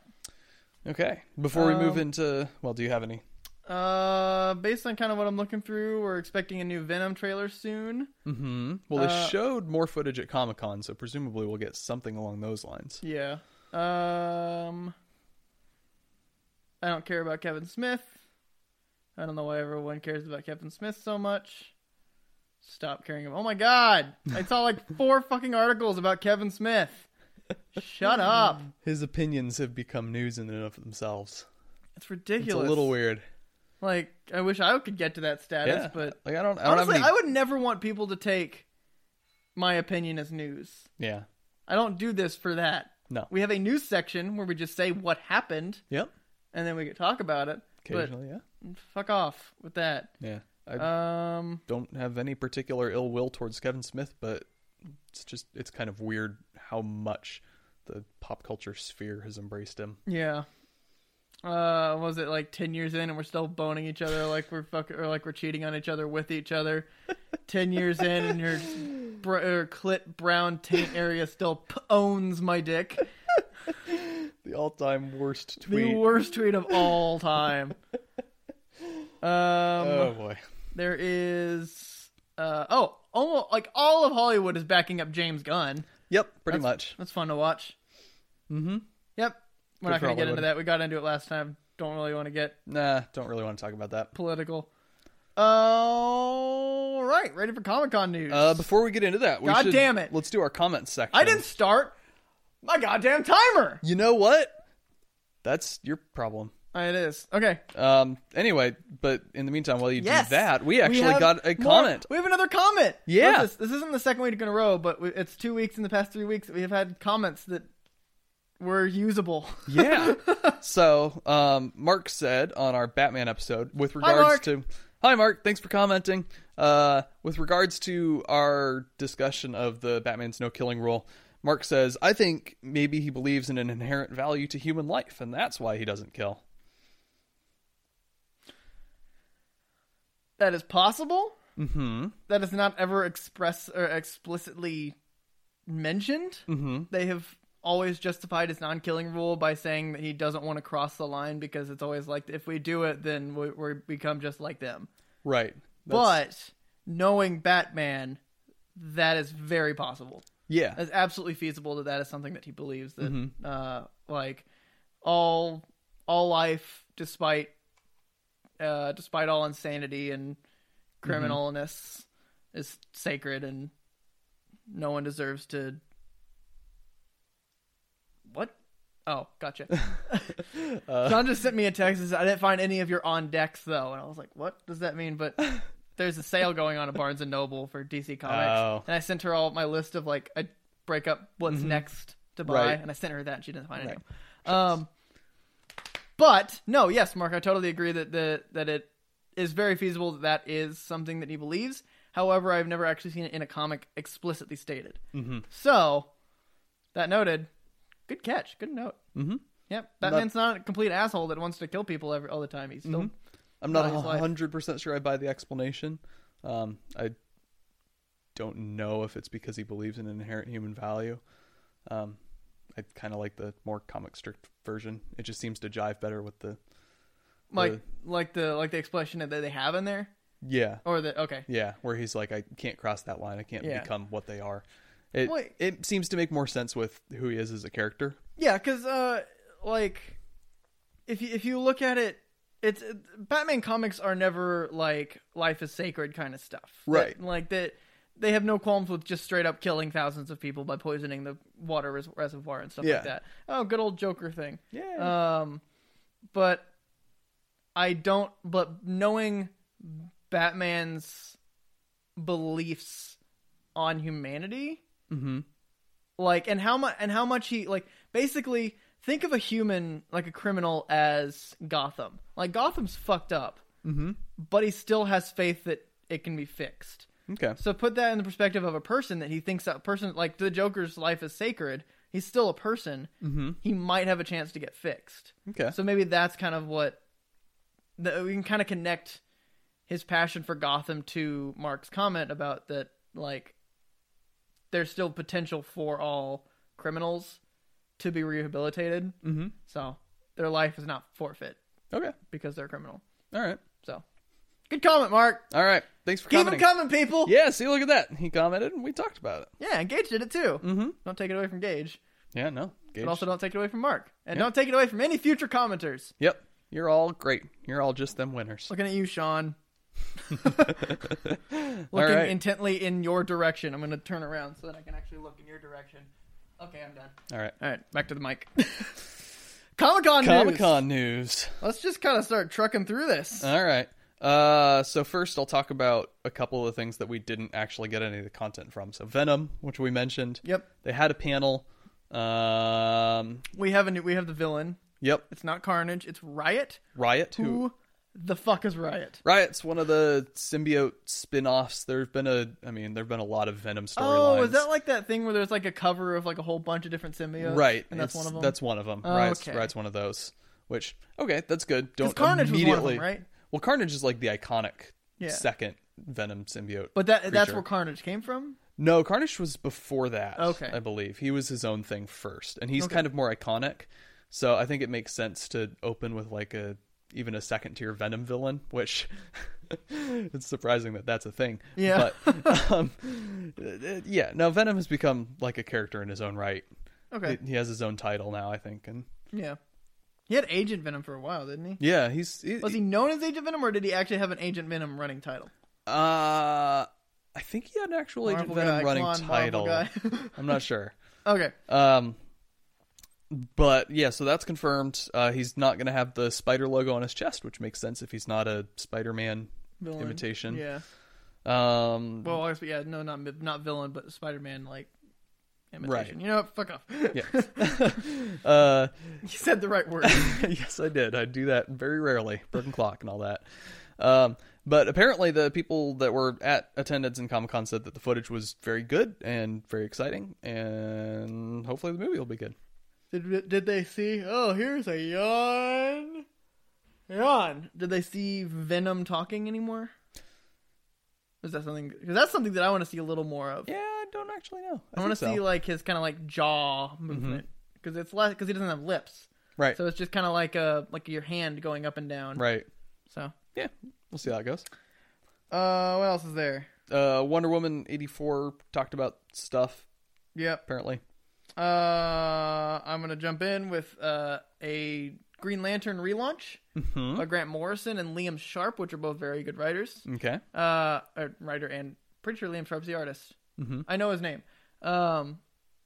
S2: okay before we move
S1: Um,
S2: into well do you have any
S1: Uh, based on kind of what I'm looking through, we're expecting a new Venom trailer soon.
S2: hmm Well, they
S1: Uh,
S2: showed more footage at Comic Con, so presumably we'll get something along those lines.
S1: Yeah. Um, I don't care about Kevin Smith. I don't know why everyone cares about Kevin Smith so much. Stop caring about. Oh my god! I saw like four fucking articles about Kevin Smith. Shut up!
S2: His opinions have become news in and of themselves.
S1: It's
S2: It's
S1: ridiculous.
S2: a little weird.
S1: Like I wish I could get to that status,
S2: Yeah,
S1: but
S2: like I don't, I don't
S1: honestly,
S2: have any.
S1: I would never want people to take my opinion as news.
S2: Yeah.
S1: I don't do this for that.
S2: No.
S1: We have a news section where we just say what happened
S2: Yep.
S1: and then we could talk about it. But
S2: Occasionally,
S1: fuck off with that.
S2: yeah. Yeah. I
S1: Um,
S2: don't have any particular ill will towards Kevin Smith, but it's just it's kind of weird how much the pop culture sphere has embraced him.
S1: yeah. Uh, was it like ten years in and we're still boning each other like we're fuck or like we're cheating on each other with each other? ten years in and your br- or clit brown taint area still p- owns my dick.
S2: The all-time worst
S1: The
S2: tweet.
S1: worst tweet of all time. Um,
S2: oh boy.
S1: there is uh oh almost like all of Hollywood is backing up James Gunn.
S2: Yep. Pretty
S1: That's-
S2: much.
S1: That's fun to watch.
S2: Mm-hmm.
S1: Yep. We're
S2: Good
S1: not
S2: for
S1: going to get
S2: Hollywood.
S1: into that. We got into it last time. Don't really want to get
S2: Nah. Don't really want to talk about that.
S1: political. All right, ready for Comic Con news.
S2: Uh, before we get into that, we
S1: God
S2: should-
S1: damn it.
S2: Let's do our comments section.
S1: I didn't start my goddamn timer.
S2: You know what? That's your problem.
S1: It is okay.
S2: Um. Anyway, but in the meantime, while you
S1: Yes,
S2: do that, we actually
S1: have
S2: got a
S1: more-
S2: comment.
S1: We have another comment.
S2: Yeah.
S1: What is this? This isn't the second week in a row, but we, it's two weeks in the past three weeks that we have had comments that were usable.
S2: Yeah. so, um, Mark said on our Batman episode with regards
S1: Mark.
S2: to. Hi, Mark. Thanks for commenting. Uh, with regards to our discussion of the Batman's no killing rule, Mark says, I think maybe he believes in an inherent value to human life, and that's why he doesn't kill.
S1: that is possible.
S2: hmm.
S1: That is not ever express or explicitly mentioned.
S2: hmm.
S1: They have always justified his non-killing rule by saying that he doesn't want to cross the line because it's always like if we do it, then we, we become just like them.
S2: Right.
S1: But knowing Batman, that is very possible.
S2: yeah.
S1: That's absolutely feasible that that is something that he believes that uh, like all all life, despite uh, despite all insanity and criminalness, is sacred and no one deserves to. What? Oh, gotcha.
S2: Uh,
S1: John just sent me a text. and said, I didn't find any of your on decks though, and I was like, "What does that mean?" But there's a sale going on at Barnes and Noble for DC Comics,
S2: Oh.
S1: and I sent her all my list of like I break up what's next to buy,
S2: Mm-hmm. Right.
S1: and I sent her that. And she didn't find
S2: Right.
S1: anything. Um, but no, yes, Mark, I totally agree that the that it is very feasible that that is something that he believes. However, I've never actually seen it in a comic explicitly stated. Mm-hmm. So, that noted, good catch, good note.
S2: Mhm.
S1: Yep, Batman's not a complete asshole that wants to kill people every, all the time. He's still
S2: I'm not
S1: Not his life.
S2: 100% sure I buy the explanation. Um, I don't know if it's because he believes in inherent human value. Um, I kind of like the more comic strict version. It just seems to jive better with the.
S1: like like the like the explanation that they have in there,
S2: Yeah.
S1: or the okay,
S2: Yeah. Where he's like, I can't cross that line. I can't
S1: Yeah.
S2: become what they are. It,
S1: Wait.
S2: it seems to make more sense with who he is as a character.
S1: Yeah, because uh, like, if you if you look at it, it's Batman comics are never like life is sacred kind of stuff,
S2: Right.
S1: That- like that, they have no qualms with just straight up killing thousands of people by poisoning the water res- reservoir and stuff
S2: Yeah.
S1: like that. Oh, good old Joker thing.
S2: Yeah.
S1: Um, but I don't. But knowing Batman's beliefs on humanity,
S2: mm-hmm.
S1: like and how much and how much he like basically think of a human like a criminal as Gotham. Like Gotham's fucked up,
S2: Mm-hmm.
S1: but he still has faith that it can be fixed.
S2: Okay.
S1: So put that in the perspective of a person that he thinks that person like the Joker's life is sacred. He's still a person.
S2: Mm-hmm.
S1: He might have a chance to get fixed.
S2: Okay.
S1: So maybe that's kind of what the, we can kind of connect his passion for Gotham to Mark's comment about that, like, there's still potential for all criminals to be rehabilitated.
S2: mm-hmm.
S1: So their life is not forfeit
S2: Okay.
S1: because they're a criminal.
S2: All right.
S1: So good comment, Mark.
S2: All right. Thanks for
S1: Keep
S2: commenting.
S1: them coming, people.
S2: yeah. See, look at that. He commented, and we talked about it.
S1: Yeah, and Gage did it too.
S2: Mm-hmm.
S1: Don't take it away from Gage,
S2: Yeah. No. Gage.
S1: but also don't take it away from Mark, and
S2: Yeah.
S1: don't take it away from any future commenters.
S2: Yep. You're all great. You're all just them winners.
S1: Looking at you, Sean.
S2: all
S1: looking
S2: right.
S1: intently in your direction. I'm going to turn around so that I can actually look in your direction. Okay, I'm done.
S2: all right.
S1: All right, back to the mic. Comic Con
S2: Comic Con news.
S1: Let's just kind of start trucking through this.
S2: All right. Uh, so first, I'll talk about a couple of the things that we didn't actually get any of the content from. So Venom, which we mentioned,
S1: yep,
S2: they had a panel. Um,
S1: we have a new, we have the villain.
S2: yep,
S1: It's not Carnage. It's Riot.
S2: Riot.
S1: Who, the fuck is Riot?
S2: Riot's one of the symbiote spin-offs. There's been a, I mean, there've been a lot of Venom storylines.
S1: Oh, is that like that thing where there's like a cover of like a whole bunch of different symbiotes?
S2: right?
S1: and that's
S2: it's-
S1: one of them.
S2: That's one of them.
S1: Oh,
S2: Riot's,
S1: okay.
S2: Riot's one of those. Which okay, that's good. Don't
S1: Carnage was one of them,
S2: immediately
S1: right?
S2: Well, Carnage is like the iconic
S1: Yeah.
S2: second Venom symbiote.
S1: but that that's
S2: creature.
S1: where Carnage came from.
S2: No, Carnage was before that.
S1: Okay.
S2: I believe he was his own thing first, and he's
S1: Okay.
S2: kind of more iconic. So I think it makes sense to open with like a even a second tier Venom villain, which it's surprising that that's a thing.
S1: Yeah.
S2: But um, uh, yeah, no, Venom has become like a character in his own right.
S1: Okay,
S2: He- He has his own title now, I think, and
S1: yeah, he had Agent Venom for a while, didn't he?
S2: yeah, he's he,
S1: Was he known as Agent Venom, or did he actually have an Agent Venom running title?
S2: Uh, I think he had an actual Agent
S1: Marvel
S2: Venom
S1: guy,
S2: running
S1: come on, Marvel
S2: title.
S1: guy.
S2: I'm not sure.
S1: okay,
S2: Um, but yeah, so that's confirmed. Uh, he's not going to have the spider logo on his chest, which makes sense if he's not a Spider-Man
S1: villain.
S2: imitation.
S1: Yeah.
S2: Um,
S1: Well, I guess, yeah, no, not mi- not villain, but Spider-Man like imitation.
S2: Right.
S1: You know, what? fuck off.
S2: yeah. uh,
S1: you said the right word.
S2: yes, I did. I do that very rarely, broken clock and all that. Um, but apparently, the people that were at attendance in Comic Con said that the footage was very good and very exciting, and hopefully, the movie will be good.
S1: did did they see? Oh, here's a yawn. Yawn. Did they see Venom talking anymore? Is that something? Because that's something that I want to see a little more of.
S2: Yeah, I don't actually know.
S1: I, want to see like his kind of like jaw movement because it's less because he doesn't have lips,
S2: right,
S1: so it's just kind of like a like your hand going up and down.
S2: right.
S1: So,
S2: Yeah, we'll see how it goes.
S1: uh, what else is there?
S2: Uh, Wonder Woman eighty four talked about stuff
S1: Yep.
S2: apparently.
S1: Uh, I'm gonna jump in with uh, a Green Lantern relaunch
S2: Mm-hmm.
S1: by Grant Morrison and Liam Sharp, which are both very good writers.
S2: Okay.
S1: Uh, or writer and pretty sure Liam Sharp's the artist.
S2: Mm-hmm.
S1: I know his name. Um,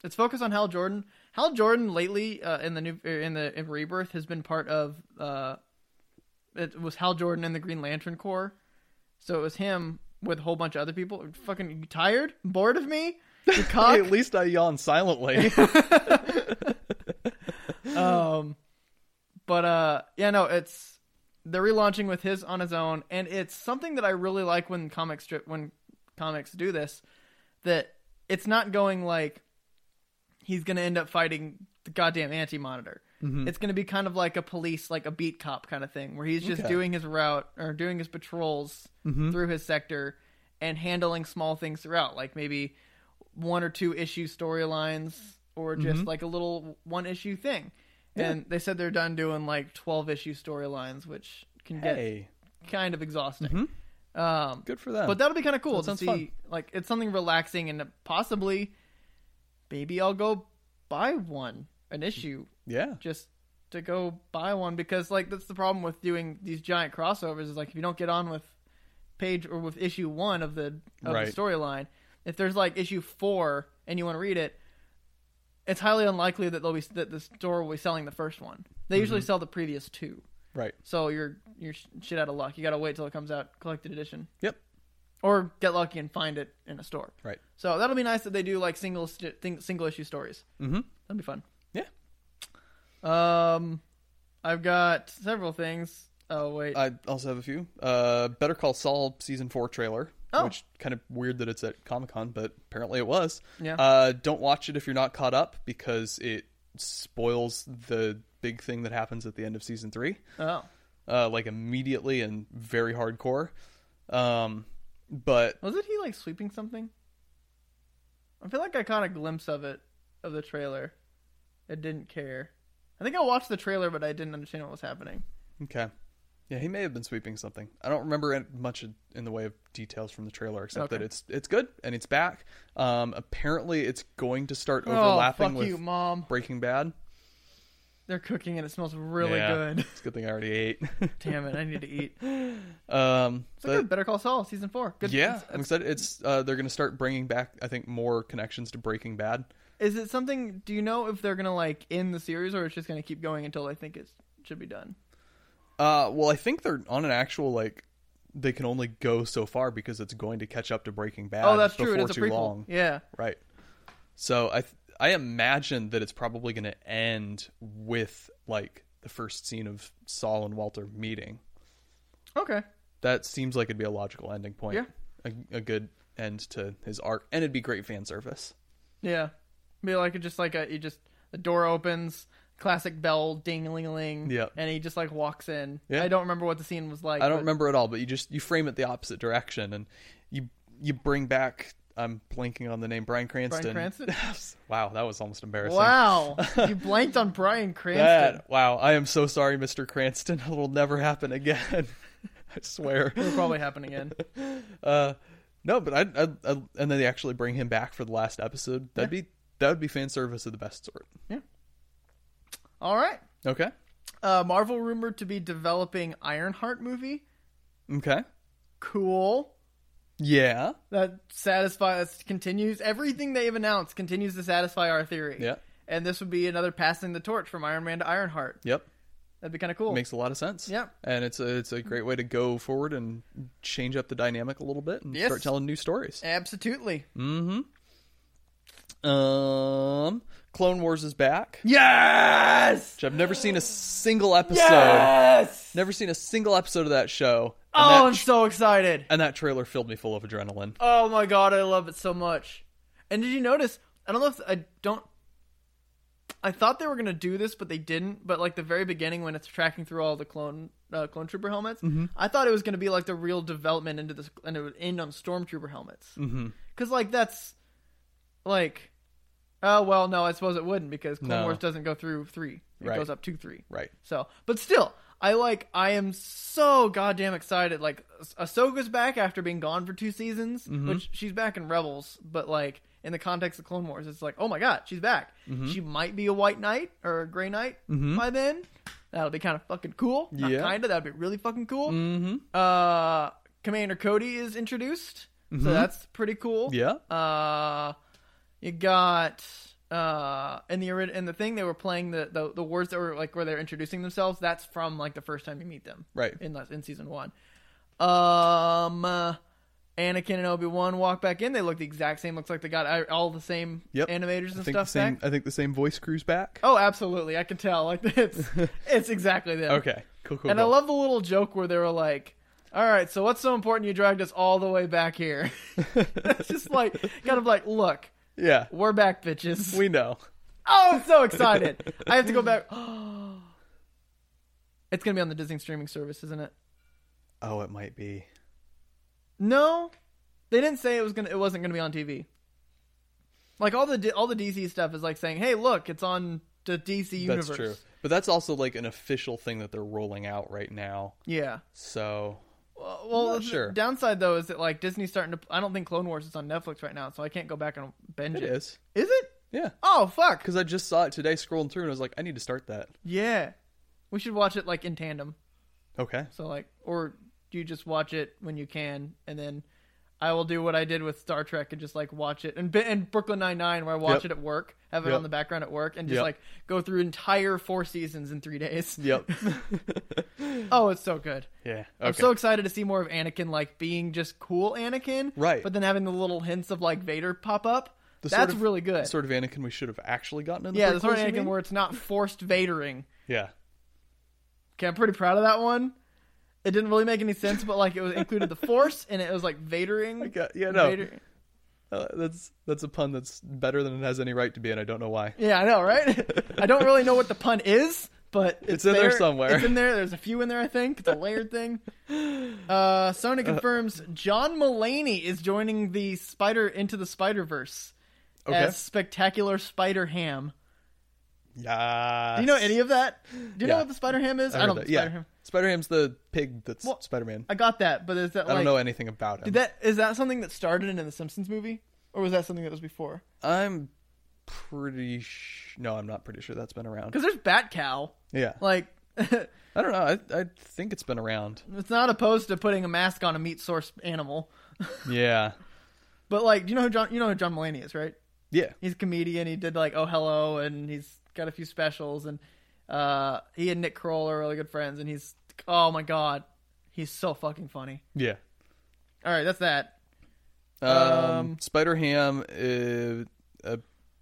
S1: it's focused on Hal Jordan. Hal Jordan lately uh, in the new er, in the in Rebirth has been part of. Uh, it was Hal Jordan and the Green Lantern Corps, so it was him with a whole bunch of other people. Fucking you tired, bored of me. You cock?
S2: at least I yawned silently.
S1: um but uh yeah no it's they're relaunching with his on his own and it's something that i really like when comic strip when comics do this that it's not going like he's gonna end up fighting the goddamn anti-monitor
S2: Mhm.
S1: it's gonna be kind of like a police like a beat cop kind of thing where he's just
S2: Okay.
S1: doing his route or doing his patrols
S2: Mhm.
S1: through his sector and handling small things throughout like maybe one or two issue storylines or just
S2: Mm-hmm.
S1: like a little one issue thing. And they said they're done doing like 12 issue storylines, which can
S2: hey,
S1: get kind of exhausting. Um,
S2: good for them.
S1: but that'll be kind of cool
S2: That
S1: to
S2: sounds
S1: see.
S2: fun.
S1: Like it's something relaxing and possibly maybe I'll go buy one, an
S2: Mm-hmm.
S1: issue
S2: yeah,
S1: just to go buy one because like that's the problem with doing these giant crossovers is like if you don't get on with page or with issue one of the of the
S2: Right.
S1: storyline, if there's like issue four and you want to read it, it's highly unlikely that they'll be that the store will be selling the first one. They usually sell the previous two,
S2: right.
S1: so you're you're sh- shit out of luck. You got to wait till it comes out collected edition.
S2: Yep.
S1: Or get lucky and find it in a store.
S2: Right.
S1: So that'll be nice that they do like single st- thing, single issue stories.
S2: Mm-hmm.
S1: That'll be fun.
S2: Yeah.
S1: Um, I've got several things. Oh wait,
S2: I also have a few. Uh, Better Call Saul season four trailer,
S1: Oh.
S2: which kind of weird that it's at Comic Con, but apparently it was.
S1: Yeah.
S2: Uh, don't watch it if you're not caught up because it spoils the big thing that happens at the end of season three,
S1: oh,
S2: uh, like immediately and very hardcore. Um, but
S1: was it he like sweeping something? I feel like I caught a glimpse of it of the trailer. I didn't care. I think I watched the trailer, but I didn't understand what was happening.
S2: okay, yeah, he may have been sweeping something. I don't remember it- much in the way of details from the trailer, except
S1: Okay.
S2: that it's it's good and it's back. Um, apparently, it's going to start
S1: oh,
S2: overlapping
S1: fuck
S2: with
S1: you, mom.
S2: Breaking Bad.
S1: They're cooking and it smells really
S2: Yeah.
S1: good.
S2: It's a good thing I already ate.
S1: Damn it, I need to eat.
S2: um,
S1: So
S2: but-
S1: good. Better Call Saul season four. Good.
S2: yeah,
S1: it's-
S2: I'm excited. It's uh, they're going to start bringing back, I think, more connections to Breaking Bad.
S1: Is it something? Do you know if they're gonna like end the series or it's just gonna keep going until they think it should be done?
S2: Uh, well, I think they're on an actual like they can only go so far because it's going to catch up to Breaking Bad.
S1: oh, that's true.
S2: before
S1: It's a
S2: too
S1: prequel.
S2: long,
S1: Yeah.
S2: right? So I th- I imagine that it's probably going to end with like the first scene of Saul and Walter meeting.
S1: Okay.
S2: That seems like it'd be a logical ending point.
S1: Yeah.
S2: a, a good end to his arc, and it'd be great fan service.
S1: Yeah. Be like just like a you just the door opens, classic bell ding ling ling.
S2: Yep.
S1: And he just like walks in.
S2: Yeah.
S1: I don't remember what the scene was like.
S2: I don't
S1: but-
S2: remember at all, but you just you frame it the opposite direction and you you bring back I'm blanking on the name Brian Cranston.
S1: Cranston?
S2: wow, that was almost embarrassing.
S1: Wow. you blanked on Brian Cranston.
S2: That, wow, I am so sorry, Mr. Cranston. It'll never happen again. I swear.
S1: It'll probably happen again.
S2: Uh, no, but I, I, I and then they actually bring him back for the last episode. That'd be that would be fan service of the best sort.
S1: All right.
S2: Okay.
S1: Uh, Marvel rumored to be developing Ironheart movie.
S2: Okay.
S1: Cool.
S2: Yeah.
S1: that satisfies continues everything they've announced continues to satisfy our theory.
S2: Yeah.
S1: And this would be another passing the torch from Iron Man to Ironheart.
S2: Yep.
S1: That'd be kind of cool.
S2: Makes a lot of sense.
S1: Yeah.
S2: And it's a, it's a great way to go forward and change up the dynamic a little bit and
S1: Yes.
S2: start telling new stories.
S1: Absolutely.
S2: Mm-hmm. Um, Clone Wars is back,
S1: Yes.
S2: which I've never seen a single episode.
S1: Yes.
S2: Never seen a single episode of that show. And
S1: Oh,
S2: that,
S1: I'm so excited.
S2: and that trailer filled me full of adrenaline.
S1: Oh my god, I love it so much. And did you notice? I don't know if I don't. I thought they were gonna do this, but they didn't. But like the very beginning, when it's tracking through all the clone uh, clone trooper helmets,
S2: Mm-hmm.
S1: I thought it was gonna be like the real development into this, and it would end on stormtrooper helmets.
S2: Mm-hmm.
S1: Because like that's like, oh well, no, I suppose it wouldn't because Clone
S2: No.
S1: Wars doesn't go through three; it
S2: Right.
S1: goes up to three.
S2: Right.
S1: So, but still, I like. I am so goddamn excited. Like, Ah- Ahsoka's back after being gone for two seasons, which she's back in Rebels, but like in the context of Clone Wars, it's like, oh my god, she's back. She might be a White Knight or a Gray Knight by then. That'll be kind of fucking cool. Not
S2: Yeah.
S1: kinda. That'd be really fucking cool.
S2: Mm-hmm.
S1: Uh, Commander Cody is introduced, so that's pretty cool.
S2: Yeah.
S1: Uh, you got uh in the ori- in the thing they were playing the, the the words that were like where they're introducing themselves. That's from like the first time you meet them,
S2: Right.
S1: In in season one. Um, uh, Anakin and Obi Wan walk back in. They look the exact same. Looks like they got uh, all the same
S2: Yep.
S1: animators and
S2: I think the
S1: stuff
S2: same.
S1: back.
S2: I think the same voice crew's back.
S1: Oh, absolutely. I can tell. Like it's it's exactly them.
S2: Okay. Cool.
S1: Oh.
S2: Cool.
S1: And I
S2: cool.
S1: love the little joke where they were like, "All right, so what's so important? You dragged us all the way back here." it's just like kind of like, look,
S2: yeah.
S1: we're back, bitches.
S2: We know.
S1: oh, I'm so excited! I have to go back. it's gonna be on the Disney streaming service, isn't it?
S2: Oh, it might be.
S1: No, they didn't say it was gonna. It wasn't gonna be on TV. Like all the D- all the DC stuff is like saying, "Hey, look, it's on the DC universe."
S2: That's true. But that's also like an official thing that they're rolling out right now.
S1: Yeah.
S2: So
S1: Well, well,
S2: Not
S1: the
S2: sure.
S1: downside though is that like Disney's starting to. I don't think Clone Wars is on Netflix right now, so I can't go back and binge
S2: it
S1: it.
S2: is.
S1: Is it?
S2: Yeah.
S1: Oh fuck!
S2: Because I just saw it today scrolling through and I was like, I need to start that.
S1: Yeah, we should watch it like in tandem.
S2: Okay.
S1: So like, or you just watch it when you can, and then I will do what I did with Star Trek and just like watch it and bi- and Brooklyn Nine Nine where I watch
S2: Yep.
S1: it at work, have it
S2: Yep.
S1: on the background at work, and just
S2: Yep.
S1: like go through entire four seasons in three days.
S2: Yep.
S1: Oh, it's so good.
S2: yeah.
S1: I'm
S2: Okay.
S1: so excited to see more of Anakin, like being just cool Anakin,
S2: Right.
S1: But then having the little hints of like Vader pop up.
S2: The
S1: That's
S2: sort of,
S1: really good.
S2: sort of Anakin we should have actually gotten in the
S1: yeah, the
S2: prequels,
S1: sort
S2: you
S1: of Anakin
S2: mean?
S1: where it's not forced Vadering.
S2: Yeah.
S1: Okay, I'm pretty proud of that one. It didn't really make any sense, but like it was included the Force and it was like Vadering.
S2: Okay, yeah, no.
S1: Vader-
S2: Uh, that's that's a pun that's better than it has any right to be, and I don't know why.
S1: Yeah, I know, right? I don't really know what the pun is, but it's,
S2: It's in there somewhere.
S1: It's in there. There's a few in there, I think. It's a layered thing. Uh, Sony confirms John Mulaney is joining the Spider into the Spider Verse
S2: Okay.
S1: as Spectacular Spider Ham.
S2: Yeah.
S1: Do you know any of that? Do you know
S2: Yeah.
S1: what the Spider Ham is?
S2: I,
S1: I,
S2: heard
S1: don't.
S2: that.
S1: Spider
S2: Yeah.
S1: Ham.
S2: Spider Ham's the pig that's
S1: Well,
S2: Spider Man.
S1: I got that, but is that
S2: I don't
S1: like
S2: know anything about him.
S1: did that is that something that started in the Simpsons movie, or was that something that was before?
S2: I'm pretty. Sh- no, I'm not pretty sure that's been around.
S1: Because there's Bat Cow.
S2: Yeah.
S1: Like, it's
S2: I don't know. I I think it's been around.
S1: not opposed to putting a mask on a meat source animal.
S2: Yeah.
S1: But like, do you know who John? You know who John Mulaney is, right?
S2: Yeah.
S1: He's a comedian. He did like Oh Hello, and he's got a few specials. And uh, he and Nick Kroll are really good friends. And he's oh my god, he's so fucking funny.
S2: Yeah.
S1: All right, that's that.
S2: Um,
S1: Um,
S2: Spider Ham uh, uh,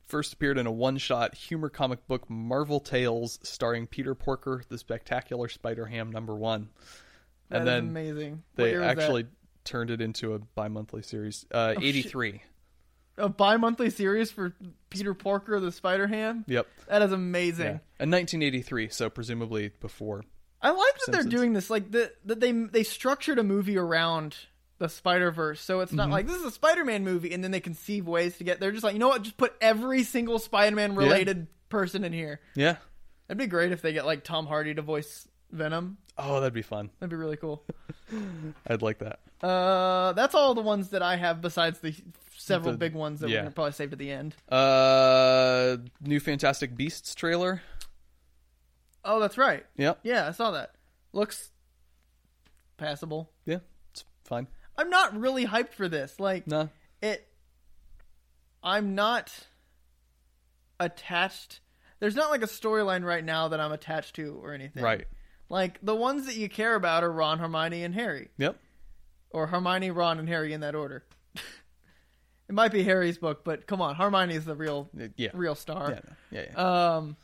S2: first appeared in a one shot humor comic book Marvel Tales starring Peter Porker, the spectacular Spider Ham number one.
S1: That
S2: and
S1: is
S2: then
S1: amazing. What
S2: they
S1: year was that? Oh,
S2: actually turned it into a bi monthly series. Uh, 83.
S1: a bi-monthly series for Peter Porker the Spider Ham.
S2: Yep.
S1: That is
S2: Yeah.
S1: amazing.
S2: And 1983, so presumably before.
S1: I like that
S2: Simpsons.
S1: they're doing this. Like the, that they they structured a movie around the Spider Verse, so it's
S2: Mm-hmm.
S1: not like this is a Spider Man movie, and then they conceive ways to get. They're just like, you know what? Just put every single Spider Man related person in here.
S2: Yeah.
S1: It'd be great if they get like Tom Hardy to voice Venom.
S2: Oh, that'd be fun.
S1: That'd be really cool.
S2: I'd like that.
S1: Uh, that's all the ones that I have besides the several
S2: The-
S1: big ones that
S2: yeah.
S1: we're gonna probably save to the end.
S2: Uh, new Fantastic Beasts trailer.
S1: Oh, that's right.
S2: Yep.
S1: Yeah, I saw that. Looks passable.
S2: Yeah. It's fine.
S1: I'm not really hyped for this. Like,
S2: No.
S1: it i'm not attached there's not like a storyline right now that i'm attached to or anything
S2: Right.
S1: like the ones that you care about are ron hermione and harry
S2: Yep.
S1: or hermione ron and harry in that order it might be harry's book but come on hermione is the real
S2: Yeah. Yeah.
S1: real
S2: no.
S1: star
S2: yeah, yeah.
S1: um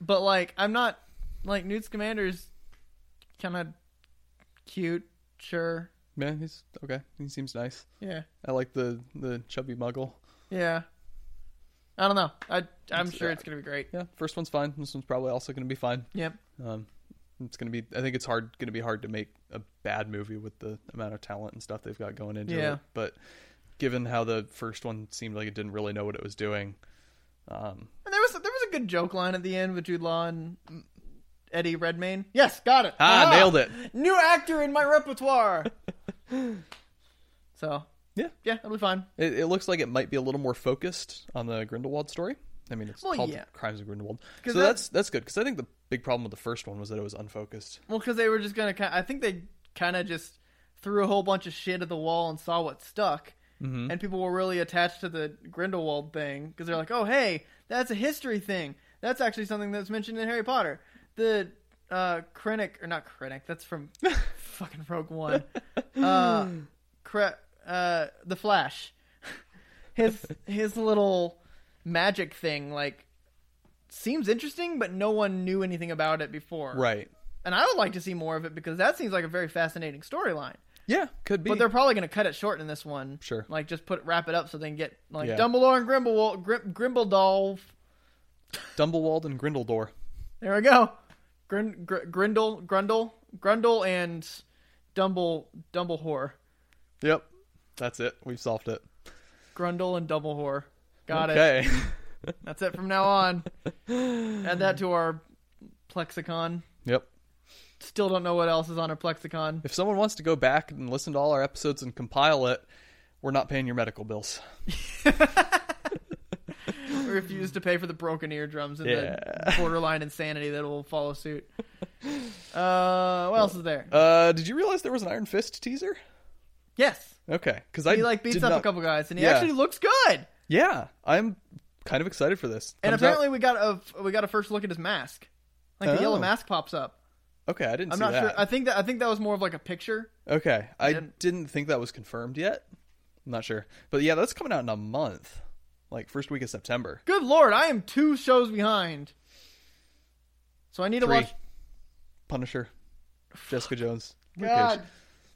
S1: but like i'm not like newt scamander's kind of cute sure
S2: Yeah, he's okay. He seems nice.
S1: yeah
S2: I like the the chubby muggle.
S1: Yeah. I don't know. I I'm
S2: It's-
S1: sure
S2: uh,
S1: it's gonna be great.
S2: Yeah, first one's fine. This one's probably also going to be fine.
S1: Yep.
S2: Um, it's going to be. I think it's hard going to be hard to make a bad movie with the amount of talent and stuff they've got going into
S1: Yeah.
S2: it. But given how the first one seemed like it didn't really know what it was doing, um,
S1: And there was there was a good joke line at the end with Jude Law and Eddie Redmayne. Yes, got it.
S2: ah, nailed it.
S1: New actor in my repertoire. so
S2: Yeah.
S1: yeah, that'll be fine.
S2: it. It looks like it might be a little more focused on the Grindelwald story. I mean, it's
S1: Well,
S2: called
S1: yeah.
S2: Crimes of Grindelwald,
S1: 'Cause
S2: so
S1: that-
S2: that's that's good because I think the big problem with the first one was that it was unfocused.
S1: Well, because they were just gonna. ki I think they kind of just threw a whole bunch of shit at the wall and saw what stuck.
S2: Mhm.
S1: And people were really attached to the Grindelwald thing because they're like, "Oh, hey, that's a history thing. That's actually something that's mentioned in Harry Potter." The uh, Krennic, or not Krennic, that's from fucking Rogue One. Uh, Kre- uh, the Flash, his his little magic thing, like seems interesting, but no one knew anything about it before
S2: Right.
S1: and I would like to see more of it because that seems like a very fascinating storyline.
S2: Yeah, could be.
S1: But they're probably going to cut it short in this one.
S2: Sure.
S1: Like just put wrap it up so they can get like
S2: Yeah.
S1: Dumbledore and Grimble Grim, Grimbledolf.
S2: Dumbledore and Grindeldor.
S1: There we go. Grin, gr, Grindel Grundle Grundle and Dumble Dumblehore.
S2: Yep. That's it. We've solved it.
S1: Grundle and Dumblehore. Got it.
S2: okay.
S1: That's it from now on. Add that to our plexicon.
S2: Yep.
S1: Still don't know what else is on our plexicon.
S2: If someone wants to go back and listen to all our episodes and compile it, we're not paying your medical bills.
S1: we refuse to pay for the broken eardrums and the
S2: Yeah.
S1: borderline insanity that will follow suit. Uh, what else is there?
S2: Uh, did you realize there was an Iron Fist teaser?
S1: yes,
S2: Okay, because I
S1: he like beats
S2: did
S1: up
S2: not-
S1: a couple guys, and he
S2: Yeah.
S1: actually looks good.
S2: Yeah, I'm kind of excited for this.
S1: And
S2: Comes out-
S1: apparently, we got a we got a first look at his mask. Like the yellow
S2: Oh.
S1: mask pops up.
S2: okay, I didn't
S1: I'm
S2: see
S1: not sure.
S2: that.
S1: I think that I think that was more of like a picture.
S2: okay, I
S1: didn't-
S2: didn't think that was confirmed yet. I'm not sure, but yeah, that's coming out in a month. like first week of September.
S1: Good lord, I am two shows behind. So I need
S2: Three.
S1: to watch.
S2: Punisher, Jessica Jones, Luke Cage.
S1: God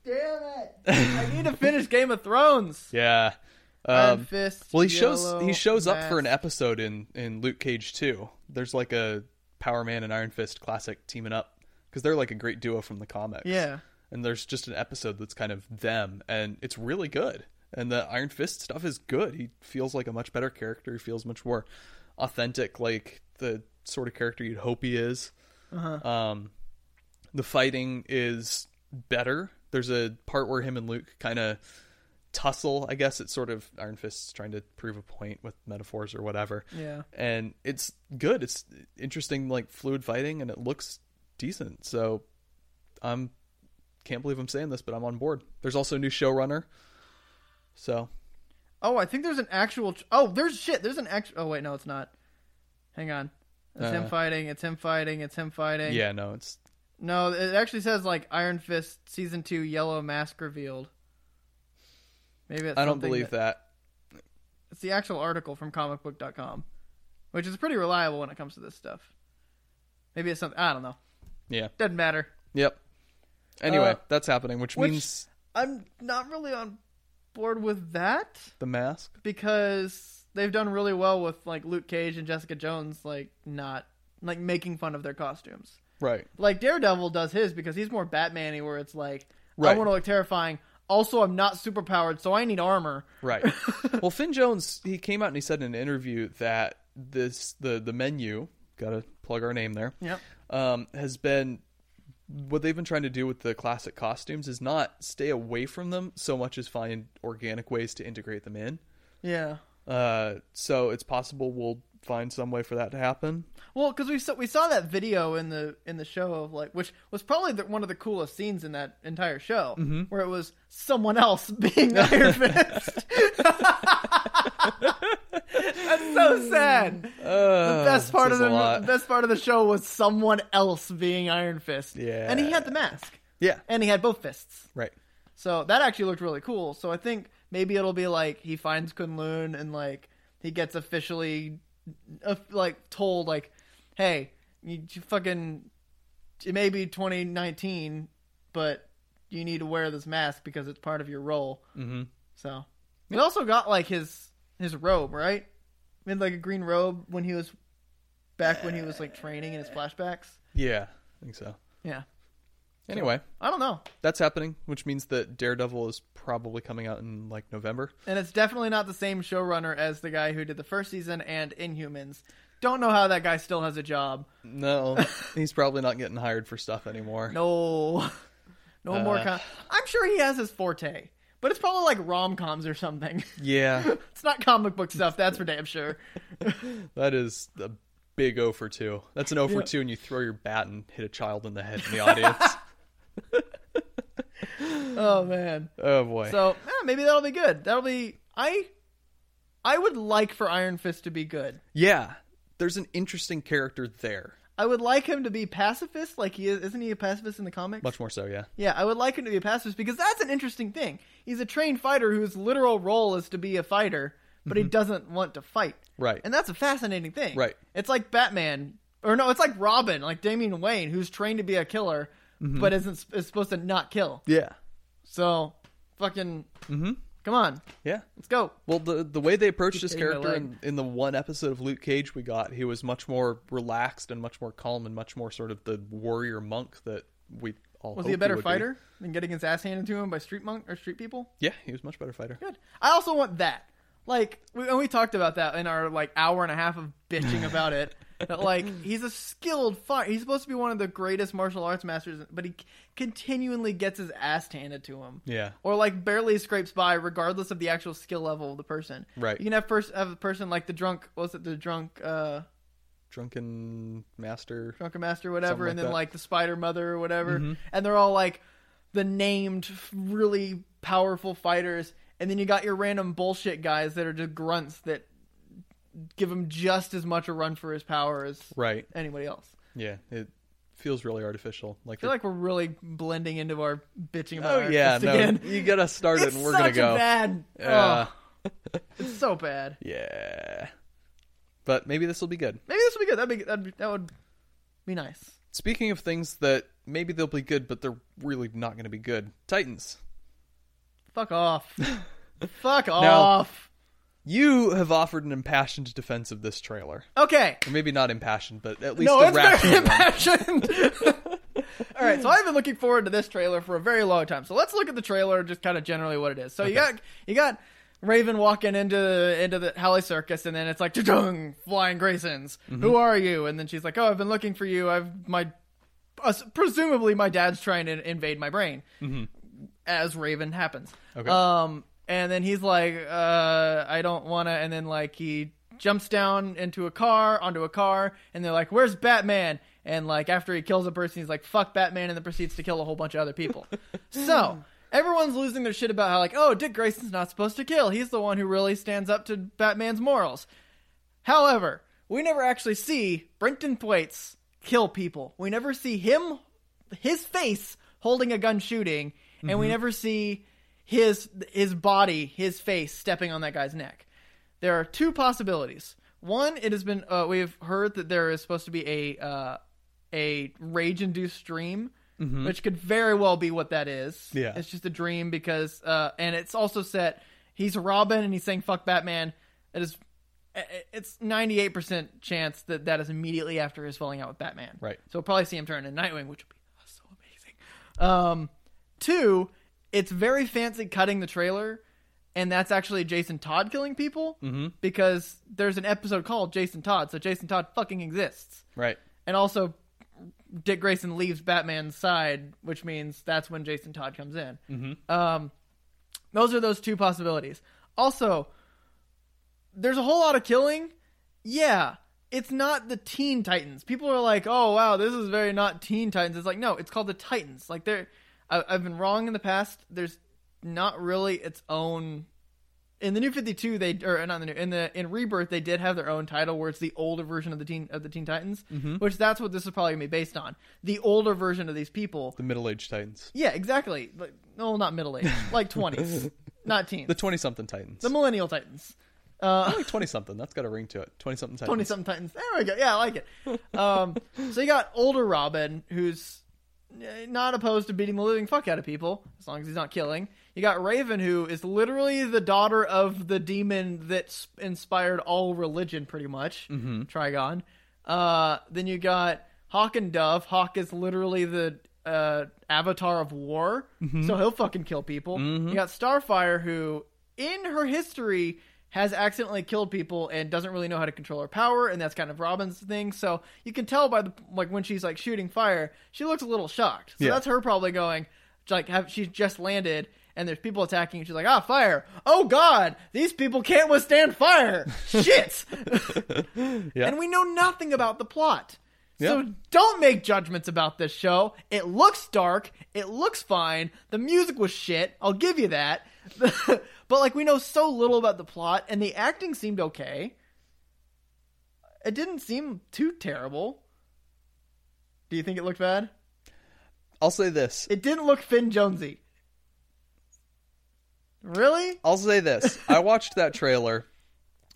S1: damn it! I need to finish Game of Thrones.
S2: Yeah.
S1: Iron
S2: Um,
S1: Fist.
S2: well, he shows
S1: Yellow
S2: he shows up for an
S1: Mask.
S2: episode in in Luke Cage too. There's like a Power Man and Iron Fist classic teaming up because they're like a great duo from the comics.
S1: Yeah.
S2: And there's just an episode that's kind of them, and it's really good. And the Iron Fist stuff is good. He feels like a much better character. He feels much more authentic, like the sort of character you'd hope he is. Um, the fighting is better. There's a part where him and Luke kind of tussle. I guess it's sort of Iron Fist's trying to prove a point with metaphors or whatever.
S1: Yeah.
S2: And it's good. It's interesting, like fluid fighting, and it looks decent. So I'm can't believe I'm saying this, but I'm on board. There's also a new showrunner. So
S1: Oh, I think there's an actual. Tr- oh, there's shit. There's an actual. Oh wait, no, it's not. Hang on. It's him
S2: Uh.
S1: fighting. It's him fighting. It's him fighting.
S2: yeah, no, it's
S1: No, it actually says like Iron Fist season two, Yellow Mask revealed. Maybe it's
S2: I don't
S1: something
S2: believe that.
S1: It's the actual article from comicbook.com, which is pretty reliable when it comes to this stuff. Maybe it's something. I don't know.
S2: Yeah.
S1: Doesn't matter.
S2: Yep. Anyway,
S1: Uh,
S2: that's happening, which,
S1: which-
S2: means
S1: I'm not really on board with that
S2: the mask.
S1: because they've done really well with like Luke Cage and Jessica Jones, like not like making fun of their costumes.
S2: Right.
S1: Like Daredevil does his because he's more Batman-y, where it's like
S2: Right.
S1: I want to look terrifying. Also, I'm not super powered, so I need armor.
S2: Right. well, Finn Jones, he came out and he said in an interview that this the the menu, got to plug our name there,
S1: Yep.
S2: um, has been what they've been trying to do with the classic costumes is not stay away from them so much as find organic ways to integrate them in.
S1: Yeah.
S2: Uh, so it's possible we'll find some way for that to happen.
S1: Well, because we saw we saw that video in the in the show of like, which was probably the, one of the coolest scenes in that entire show, where it was someone else being Iron Fist. That's so sad.
S2: Uh,
S1: the best part
S2: says
S1: of
S2: a
S1: the
S2: lot.
S1: best part of the show was someone else being Iron Fist.
S2: Yeah.
S1: and he had the mask,
S2: yeah,
S1: and he had both fists.
S2: right.
S1: So that actually looked really cool. So I think maybe it'll be like he finds Kunlun and like he gets officially uh, like told like, hey, you, you fucking it may be 2019, but you need to wear this mask because it's part of your role.
S2: Mm-hmm.
S1: So he also got like his his robe right, he had like a green robe when he was back when he was like training in his flashbacks.
S2: Yeah, I think so.
S1: Yeah,
S2: Anyway,
S1: I don't know,
S2: that's happening, which means that Daredevil is probably coming out in like November.
S1: and it's definitely not the same showrunner as the guy who did the first season and Inhumans. Don't know how that guy still has a job.
S2: No, he's probably not getting hired for stuff anymore.
S1: No, no more.
S2: Uh.
S1: Com- I'm sure he has his forte, but it's probably like rom coms or something.
S2: Yeah,
S1: it's not comic book stuff. That's for damn sure.
S2: that is a big O for 2. That's an O for 2, and you throw your bat and hit a child in the head in the audience.
S1: Oh man.
S2: oh, boy.
S1: So yeah, maybe that'll be good. That'll be I. I would like for Iron Fist to be good.
S2: yeah, there's an interesting character there.
S1: I would like him to be pacifist, like he is. Isn't he a pacifist in the comics?
S2: Much more so, yeah.
S1: Yeah, I would like him to be a pacifist because that's an interesting thing. He's a trained fighter whose literal role is to be a fighter, but he doesn't want to fight.
S2: Mm-hmm. Right.
S1: And that's a fascinating thing.
S2: Right.
S1: It's like Batman, or no, it's like Robin, like Damian Wayne, who's trained to be a killer,
S2: Mm-hmm.
S1: but isn't is supposed to not kill.
S2: Yeah.
S1: So, fucking,
S2: Mm-hmm.
S1: come on,
S2: Yeah.
S1: let's go.
S2: Well, the the way they approached this
S1: hitting my
S2: character
S1: leg.
S2: in, in the one episode of Luke Cage we got, he was much more relaxed and much more calm and much more sort of the warrior monk that we all
S1: Was
S2: hoped
S1: he a better
S2: would be.
S1: fighter than getting his ass handed to him by street monk or street people?
S2: Yeah, he was a much better fighter.
S1: Good. I also want that. Like, we, and we talked about that in our like hour and a half of bitching about it. That like he's a skilled fighter. He's supposed to be one of the greatest martial arts masters, but he c- continually gets his ass handed to him,
S2: Yeah,
S1: or like barely scrapes by, regardless of the actual skill level of the person.
S2: Right.
S1: You can have first have a person like the drunk. What's it? The drunk, uh,
S2: drunken master.
S1: drunken master, whatever,
S2: Something
S1: and then
S2: like that. Mm-hmm.
S1: like the spider mother or whatever, and they're all like the named really powerful fighters, and then you got your random bullshit guys that are just grunts that give him just as much a run for his power as
S2: Right.
S1: anybody else.
S2: Yeah, it feels really artificial.
S1: I
S2: Like,
S1: feel
S2: the-
S1: like we're really blending into our bitching about
S2: oh
S1: our
S2: yeah,
S1: fist
S2: no,
S1: again.
S2: you gotta start it
S1: It's
S2: and we're
S1: such
S2: gonna go.
S1: a bad.
S2: Yeah.
S1: Ugh. It's so bad.
S2: Yeah. But maybe this will be good.
S1: Maybe this would be good. That'd be that'd be, that would be nice.
S2: Speaking of things that maybe they'll be good, but they're really not going to be good Titans.
S1: Fuck off. Fuck off.
S2: You have offered an impassioned defense of this trailer.
S1: Okay.
S2: Or maybe not impassioned, but at least
S1: No,
S2: a
S1: it's very
S2: rational one.
S1: impassioned. All right, so I've been looking forward to this trailer for a very long time. So let's look at the trailer, just kind of generally what it is. So you got you got Raven walking into into the Halley Circus, and then it's like, "Dung, flying Graysons,
S2: Mm-hmm.
S1: who are you?" And then she's like, "Oh, I've been looking for you. I've my us- presumably my dad's trying to invade my brain." As Raven happens,
S2: Okay.
S1: um, and then he's like, uh, "I don't want to," and then like he jumps down into a car onto a car, and they're like, "Where's Batman?" And like after he kills a person, he's like, "Fuck Batman," and then proceeds to kill a whole bunch of other people. so. Everyone's losing their shit about how, like, oh, Dick Grayson's not supposed to kill. He's the one who really stands up to Batman's morals. However, we never actually see Brenton Thwaites kill people. We never see him, his face holding a gun shooting, and we never see his his body, his face stepping on that guy's neck. There are two possibilities. One, it has been uh, we've heard that there is supposed to be a uh, a rage induced dream. Which could very well be what that is.
S2: Yeah.
S1: it's just a dream because, uh, and it's also set. He's Robin and he's saying "fuck Batman." It is it's 98% chance that that is immediately after his falling out with Batman.
S2: Right.
S1: So we'll probably see him turn into Nightwing, which would be so amazing. Um, two, it's very fancy cutting the trailer, and that's actually Jason Todd killing people because there's an episode called Jason Todd, so Jason Todd fucking exists.
S2: Right.
S1: And also, Dick Grayson leaves Batman's side, which means that's when Jason Todd comes in. Um, those are those two possibilities. Also, there's a whole lot of killing. Yeah, it's not the Teen Titans. People are like, "Oh wow, this is very not Teen Titans." It's like, no, it's called the Titans. Like, they're I, I've been wrong in the past. There's not really its own. In the New Fifty Two, they or not in the new in the in Rebirth, they did have their own title where it's the older version of the teen of the Teen Titans, which that's what this is probably gonna be based on. The older version of these people.
S2: The middle aged Titans.
S1: Yeah, exactly. Like, no, not middle age, like twenties, not teens.
S2: The 20 something Titans.
S1: The Millennial Titans. Uh,
S2: like 20 something. That's got a ring to it. 20 something Titans.
S1: 20 something Titans. There we go. Yeah, I like it. Um, so you got older Robin, who's eh, not opposed to beating the living fuck out of people, as long as he's not killing. You got Raven, who is literally the daughter of the demon that s- inspired all religion, pretty much. Mm-hmm. Trigon. Uh, then you got Hawk and Dove. Hawk is literally the uh, avatar of war, so he'll fucking kill people. You got Starfire, who in her history has accidentally killed people and doesn't really know how to control her power, and that's kind of Robin's thing. So you can tell by the like when she's like shooting fire, she looks a little shocked. So
S2: Yeah.
S1: that's her probably going like have she just landed and there's people attacking and she's like ah fire oh god these people can't withstand fire shit
S2: Yeah.
S1: and we know nothing about the plot.
S2: Yeah.
S1: So don't make judgments about this show. It looks dark. It looks fine. The music was shit. I'll give you that. but like we know so little about the plot and the acting seemed okay. It didn't seem too terrible. Do you think it looked bad?
S2: I'll say this.
S1: It didn't look Finn Jonesy. Really?
S2: I'll say this. I watched that trailer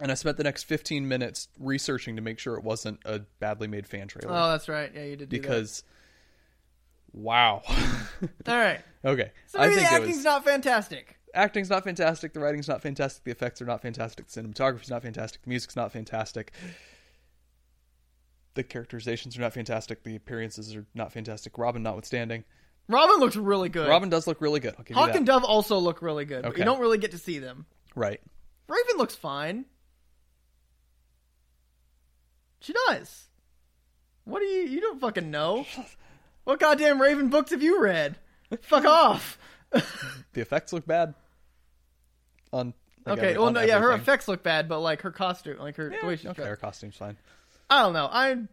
S2: and I spent the next 15 minutes researching to make sure it wasn't a badly made fan trailer.
S1: Oh, that's right. Yeah, you did do
S2: because, wow.
S1: that. All right.
S2: okay.
S1: So
S2: I
S1: maybe the
S2: think it
S1: acting's
S2: was.
S1: not fantastic.
S2: acting's not fantastic. The writing's not fantastic. The effects are not fantastic. The cinematography's not fantastic. The music's not fantastic. The characterizations are not fantastic. The appearances are not fantastic. Robin, notwithstanding,
S1: Robin looks really good.
S2: Robin does look really good. I'll give
S1: Hawk
S2: you that.
S1: and Dove also look really good, but
S2: Okay.
S1: you don't really get to see them.
S2: right.
S1: Raven looks fine. She does. What do you? You don't fucking know. What goddamn Raven books have you read? Fuck off.
S2: The effects look bad. On like,
S1: okay.
S2: every-
S1: well,
S2: on
S1: no, yeah, her
S2: everything.
S1: effects look bad, but like her costume, like her the way she's
S2: Okay,
S1: dressed.
S2: her costume's fine.
S1: I don't know. I'm,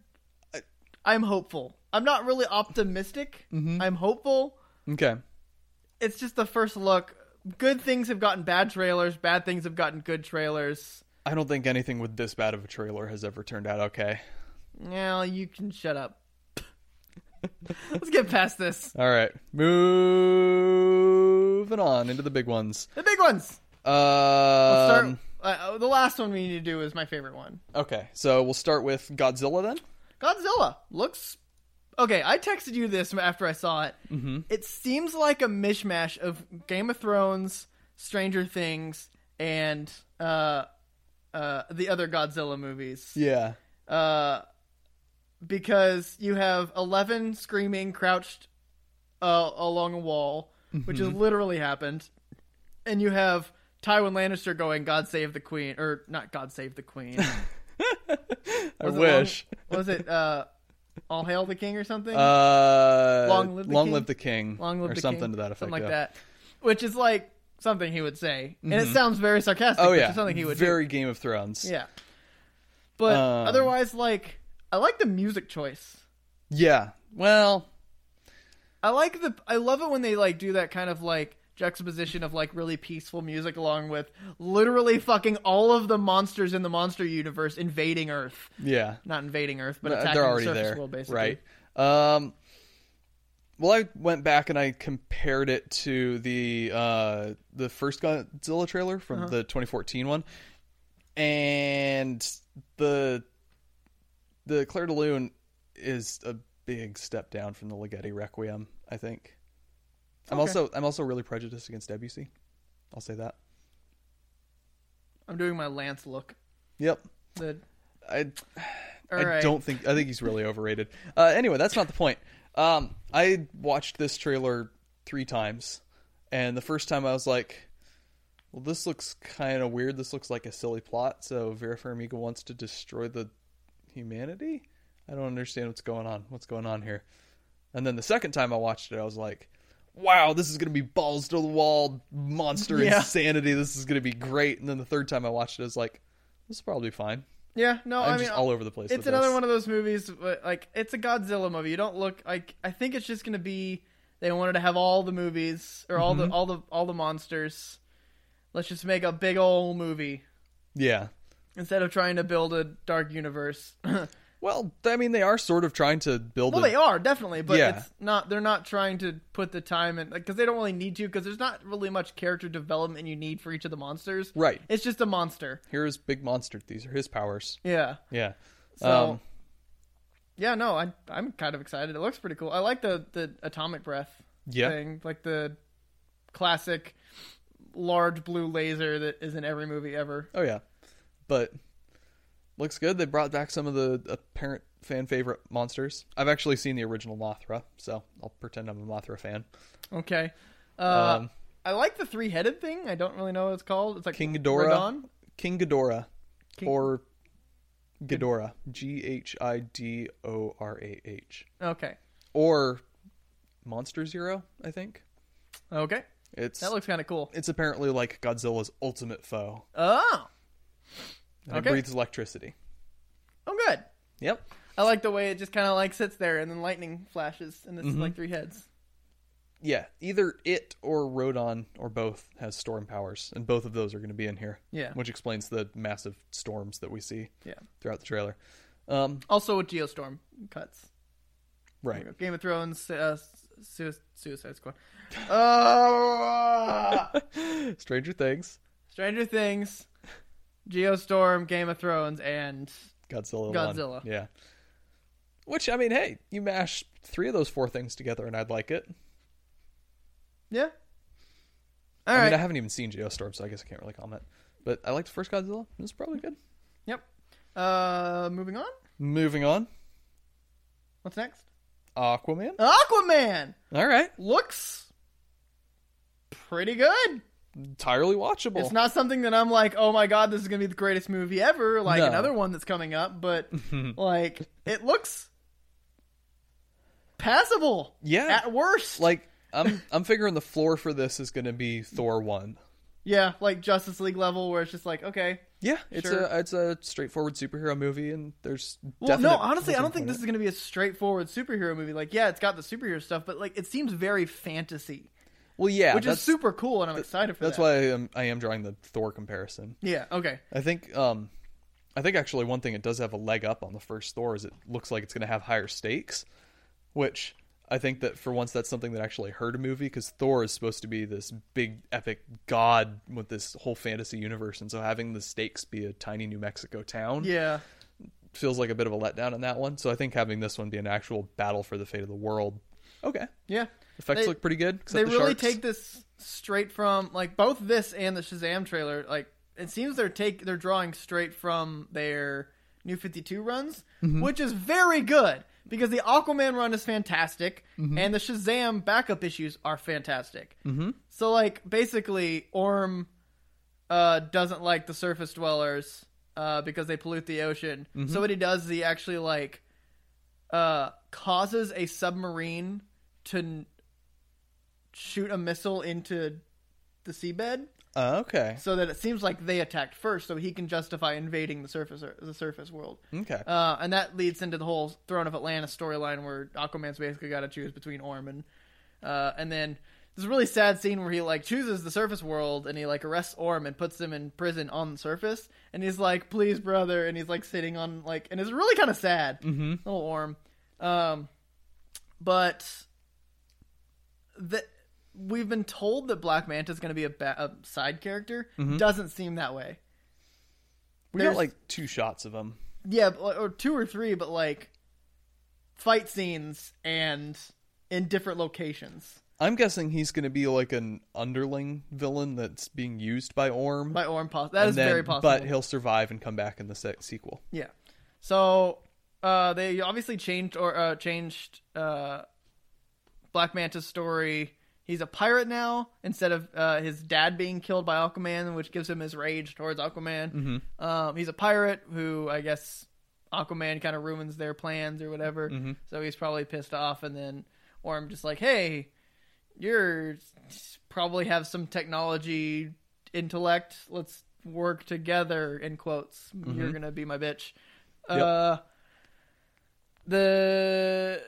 S1: I'm hopeful. I'm not really optimistic.
S2: Mm-hmm.
S1: I'm hopeful.
S2: Okay.
S1: it's just the first look. Good things have gotten bad trailers. Bad things have gotten good trailers.
S2: I don't think anything with this bad of a trailer has ever turned out okay.
S1: Now you can shut up. Let's get past this.
S2: All right. Moving on into the big ones.
S1: The big ones. Let's
S2: Um,
S1: start. Uh, the last one we need to do is my favorite one.
S2: okay, so we'll start with Godzilla then.
S1: Godzilla looks okay. I texted you this after I saw it. Mm-hmm. It seems like a mishmash of Game of Thrones, Stranger Things, and uh, uh, the other Godzilla movies.
S2: Yeah.
S1: Uh, because you have eleven screaming crouched uh, along a wall, which
S2: Mm-hmm.
S1: has literally happened, and you have Tywin Lannister going "God save the Queen" or not "God save the Queen."
S2: I
S1: Was it
S2: wish.
S1: long- was it uh, All Hail the King or something?
S2: uh,
S1: Long Live the King?
S2: King,
S1: Long live
S2: or
S1: the
S2: something
S1: king,
S2: to that effect.
S1: Something like
S2: yeah.
S1: that. Which is like something he would say. And it sounds very sarcastic,
S2: Oh
S1: which
S2: yeah,
S1: is something he would do.
S2: very Game of Thrones.
S1: Yeah. But
S2: Um,
S1: otherwise, like I like the music choice.
S2: Yeah. Well,
S1: I like the I love it when they like do that kind of like juxtaposition of like really peaceful music along with literally fucking all of the monsters in the monster universe invading Earth.
S2: yeah.
S1: Not invading Earth, but
S2: Uh,
S1: attacking
S2: they're already
S1: the surface
S2: there,
S1: world basically.
S2: right? Um, well, I went back and I compared it to the uh, the first Godzilla trailer from
S1: Uh-huh.
S2: the 2014 one, and the the Claire de Lune is a big step down from the Ligeti Requiem. I think. I'm
S1: Okay.
S2: also I'm also really prejudiced against Debussy. I'll say that.
S1: I'm doing my Lance look.
S2: Yep.
S1: The,
S2: I
S1: all
S2: I
S1: right.
S2: don't think I think he's really overrated. Uh, anyway, that's not the point. Um, I watched this trailer three times, and the first time I was like, "Well, this looks kind of weird. This looks like a silly plot." So Vera Farmiga wants to destroy the humanity. I don't understand what's going on. What's going on here? And then the second time I watched it, I was like, "Wow, this is gonna be balls to the wall monster
S1: Yeah.
S2: insanity. This is gonna be great." And then the third time I watched it, I was like, "This is probably fine."
S1: Yeah, no,
S2: I'm
S1: I mean
S2: just all over the place.
S1: it's
S2: with
S1: another
S2: this.
S1: one of those movies but, like it's a godzilla movie you don't look like i think it's just gonna be they wanted to have all the movies or all
S2: Mm-hmm.
S1: the all the all the monsters let's just make a big old movie
S2: Yeah.
S1: instead of trying to build a dark universe well
S2: Well, I mean, they are sort of trying to build. a,
S1: they are definitely but
S2: Yeah.
S1: it's not they're not trying to put the time in because they don't really need to because there's not really much character development you need for each of the monsters
S2: Right.
S1: it's just a monster
S2: Here is Big Monster. These are his powers.
S1: yeah
S2: Yeah.
S1: So,
S2: um,
S1: yeah, no, I, I'm kind of excited. It looks pretty cool. I like the, the atomic breath
S2: Yeah.
S1: thing, like the classic large blue laser that is in every movie ever.
S2: oh yeah, but looks good. They brought back some of the apparent fan favorite monsters. I've actually seen the original Mothra, so I'll pretend I'm a Mothra fan.
S1: Okay. Uh,
S2: Um,
S1: I like the three headed thing. I don't really know what it's called. It's like
S2: King Ghidorah.
S1: Radon?
S2: King Ghidorah,
S1: King-
S2: or Ghidorah, G H I D O R A H,
S1: Okay.
S2: or Monster Zero. I think
S1: Okay.
S2: it's
S1: That looks kind of cool.
S2: it's apparently like Godzilla's ultimate foe.
S1: Oh,
S2: And
S1: Okay.
S2: It breathes electricity.
S1: I'm good.
S2: Yep.
S1: I like the way it just kind of like sits there and then lightning flashes and this is like three heads.
S2: Yeah. Either it or Rodon or both has storm powers, and both of those are going to be in here.
S1: Yeah.
S2: Which explains the massive storms that we see
S1: Yeah.
S2: throughout the trailer. Um,
S1: Also with Geostorm cuts.
S2: right.
S1: Game of Thrones, uh, Su- Suicide Squad. Uh,
S2: Stranger Things,
S1: Stranger Things, Geostorm, Game of Thrones, and
S2: Godzilla. one.
S1: Godzilla.
S2: Yeah. Which I mean, hey, you mash three of those four things together, and I'd like it.
S1: yeah. All
S2: I
S1: right.
S2: mean, I haven't even seen Geostorm, so I guess I can't really comment. But I liked the first Godzilla. It was probably good.
S1: Yep. Uh, moving on.
S2: Moving on,
S1: What's next?
S2: Aquaman.
S1: Uh, Aquaman
S2: All right,
S1: looks pretty good.
S2: entirely watchable.
S1: It's not something that I'm like, oh my god, this is gonna be the greatest movie ever, like
S2: No.
S1: another one that's coming up. But like, it looks passable.
S2: Yeah.
S1: At worst,
S2: like I'm I'm figuring the floor for this is going to be Thor one.
S1: Yeah, like Justice League level, where it's just like, okay.
S2: Yeah, it's
S1: Sure.
S2: a it's a straightforward superhero movie, and there's
S1: Well, no,
S2: definite
S1: honestly, I don't think
S2: holes
S1: this
S2: in
S1: is going to be a straightforward superhero movie. Like, yeah, it's got the superhero stuff, but like, it seems very fantasy,
S2: it. Well, yeah,
S1: which is
S2: that's,
S1: super cool, and I'm excited for
S2: That's
S1: that.
S2: why I am I am drawing the Thor comparison.
S1: Yeah. Okay.
S2: I think um, I think actually one thing it does have a leg up on the first Thor is it looks like it's going to have higher stakes, which I think that for once that's something that actually hurt a movie because Thor is supposed to be this big epic god with this whole fantasy universe, and so having the stakes be a tiny New Mexico town
S1: Yeah.
S2: feels like a bit of a letdown on that one. So I think having this one be an actual battle for the fate of the world, okay,
S1: Yeah.
S2: effects
S1: They-
S2: look pretty good. Except
S1: they
S2: the
S1: really
S2: sharks.
S1: take this straight from like both this and the Shazam trailer. Like it seems they're take they're drawing straight from their New Fifty Two runs,
S2: Mm-hmm.
S1: which is very good because the Aquaman run is fantastic
S2: Mm-hmm.
S1: and the Shazam backup issues are fantastic. Mm-hmm. So like basically, Orm uh, doesn't like the surface dwellers uh, because they pollute the ocean.
S2: Mm-hmm.
S1: So what he does is he actually like uh, causes a submarine to n- shoot a missile into the seabed,
S2: Uh, okay,
S1: so that it seems like they attacked first, so he can justify invading the surface the surface world.
S2: okay,
S1: Uh, and that leads into the whole Throne of Atlantis storyline where Aquaman's basically got to choose between Orm and. Uh, and then there's a really sad scene where he like chooses the surface world and he like arrests Orm and puts him in prison on the surface. And he's like, please, brother. And he's like sitting on like. And it's really kind of sad. Mm-hmm. Little Orm. Um, but that we've been told that Black Manta's going to be a, ba- a side character. Doesn't seem that way.
S2: Mm-hmm. we got
S1: there's-
S2: like two shots of them.
S1: Yeah, but- or two or three, but like fight scenes and in different locations
S2: I'm guessing he's going to be like an underling villain that's being used by Orm.
S1: by Orm. Poss- that
S2: and
S1: is
S2: then-
S1: very possible.
S2: But he'll survive and come back in the se- sequel.
S1: yeah. So uh, they obviously changed or uh, changed uh, Black Manta's story. He's a pirate now instead of uh, his dad being killed by Aquaman, which gives him his rage towards Aquaman.
S2: Mm-hmm.
S1: Um, he's a pirate who I guess Aquaman kind of ruins their plans or whatever.
S2: Mm-hmm.
S1: So he's probably pissed off, and then Orm just like, hey, you're probably have some technology intellect. Let's work together. In quotes, you're gonna be my bitch.
S2: Mm-hmm. Yep.
S1: Uh, the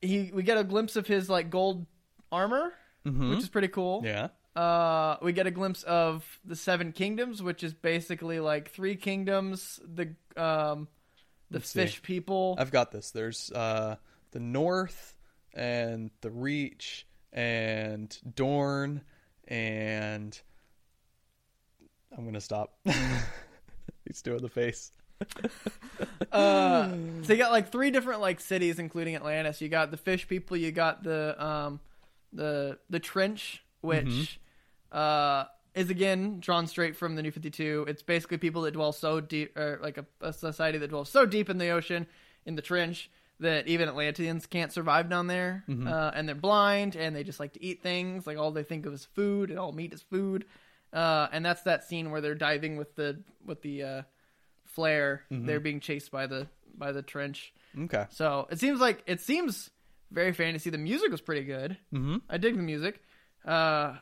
S1: he we get a glimpse of his like gold armor,
S2: Mhm.
S1: which is pretty cool.
S2: Yeah.
S1: Uh, we get a glimpse of the Seven Kingdoms, which is basically like three kingdoms. The um, the
S2: Let's see.
S1: fish people.
S2: I've got this. There's uh, the North and the Reach and Dorn and I'm gonna stop. He's doing the face.
S1: Uh, so you got like three different like cities, including Atlantis. You got the fish people. You got the um, the the trench, which uh, is again drawn straight from the New Fifty Two. It's basically people that dwell so deep, or like a, a society that dwells so deep in the ocean, in the trench, that even Atlanteans can't survive down there. Uh, and they're blind, and they just like to eat things. Like all they think of is food, and all meat is food. Uh, and that's that scene where they're diving with the with the uh, flare. They're being chased by the by the trench.
S2: Okay.
S1: So it seems like it seems very fantasy. The music was pretty good. Mm-hmm. I dig the music, uh,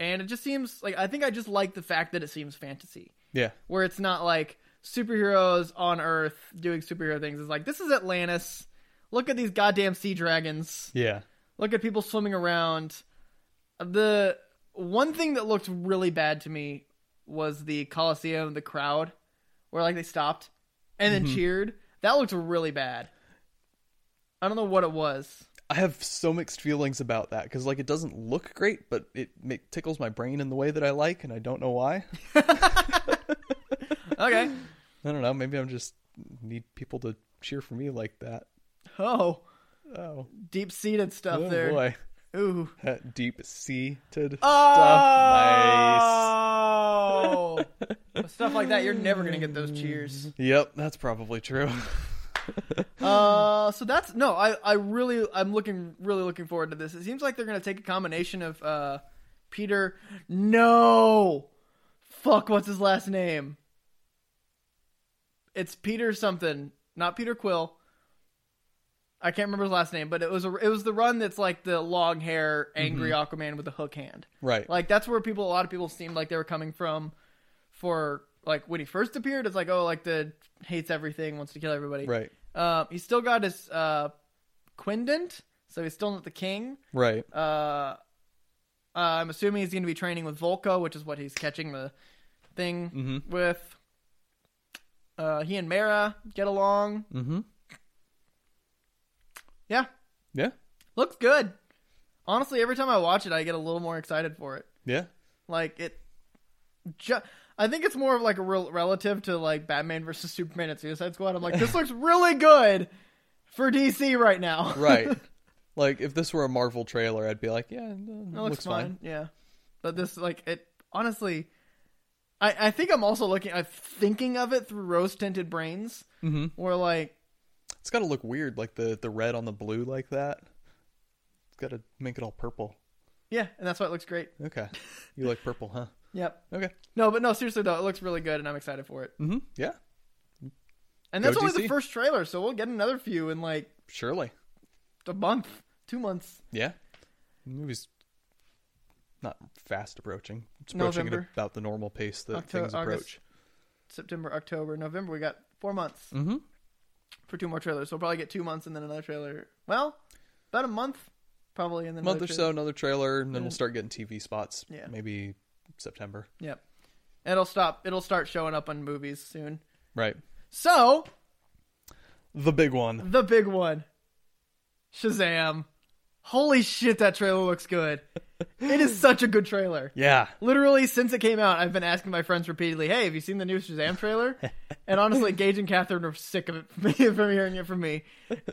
S1: and it just seems like I think I just like the fact that it seems fantasy,
S2: Yeah.
S1: where it's not like superheroes on Earth doing superhero things. It's like this is Atlantis. Look at these goddamn sea dragons.
S2: Yeah.
S1: Look at people swimming around. The one thing that looked really bad to me was the Coliseum, the crowd, where like they stopped and
S2: Mm-hmm.
S1: then cheered. That looked really bad. I don't know what it was.
S2: I have so mixed feelings about that because like it doesn't look great, but it ma- tickles my brain in the way that I like, and I don't know why.
S1: Okay.
S2: I don't know. Maybe I'm just need people to cheer for me like that.
S1: oh,
S2: Oh,
S1: deep seated stuff
S2: oh
S1: there.
S2: boy.
S1: Ooh.
S2: That deep seated stuff.
S1: Oh. With stuff like that, you're never gonna get those cheers.
S2: Nice. Yep, that's probably true.
S1: Uh, so that's no, I, I really, I'm looking, really looking forward to this. It seems like they're gonna take a combination of uh, Peter, no, fuck, what's his last name? It's Peter something, not Peter Quill. I can't remember his last name, but it was a, it was the run that's like the long hair, angry Aquaman with a hook hand.
S2: right.
S1: Like that's where people, a lot of people seemed like they were coming from, for like when he first appeared. It's like oh, like the hates everything, wants to kill everybody.
S2: right.
S1: Um, he's still got his uh, Quindent, so he's still not the king.
S2: Right.
S1: Uh, uh, I'm assuming he's going to be training with Volko, which is what he's catching the thing
S2: Mm-hmm.
S1: with. Uh, he and Mara get along.
S2: Mm-hmm.
S1: Yeah,
S2: Yeah.
S1: Looks good. Honestly, every time I watch it, I get a little more excited for it.
S2: Yeah.
S1: Like it, ju- I think it's more of like a real relative to like Batman versus Superman at Suicide Squad. I'm like, this looks really good for DC right now.
S2: Right. like if this were a Marvel trailer, I'd be like, yeah, no,
S1: It looks, fine. Yeah. But this like it honestly I, I think I'm also looking I'm thinking of it through rose tinted brains.
S2: Mm-hmm.
S1: Where like
S2: It's got to look weird, like the the red on the blue, like that. It's got to make it all purple.
S1: yeah, and that's why it looks great.
S2: Okay, you like purple, huh?
S1: Yep.
S2: Okay.
S1: No, but no, seriously though, it looks really good and I'm excited for it.
S2: Mm-hmm. Yeah,
S1: And
S2: Go
S1: that's only the
S2: DC.
S1: first trailer, so we'll get another few in like
S2: surely.
S1: a month, two months.
S2: Yeah, the movie's not fast approaching. It's approaching
S1: November.
S2: at about the normal pace that
S1: Octo-
S2: things
S1: August.
S2: approach.
S1: September, October, November, we got four months
S2: Mm-hmm.
S1: for two more trailers. So we'll probably get two months and then another trailer. Well, about a month probably and then
S2: Month
S1: another
S2: or
S1: trailer.
S2: so, another trailer, and then
S1: Yeah.
S2: we'll start getting TV spots.
S1: Yeah.
S2: maybe September.
S1: Yep. It'll stop it'll start showing up on movies soon.
S2: Right,
S1: So
S2: the big one.
S1: the big one Shazam. Holy shit, that trailer looks good. it is such a good trailer.
S2: Yeah,
S1: Literally, since it came out, I've been asking my friends repeatedly, hey, have you seen the new Shazam trailer? and honestly, Gage and Catherine are sick of it from hearing it from me.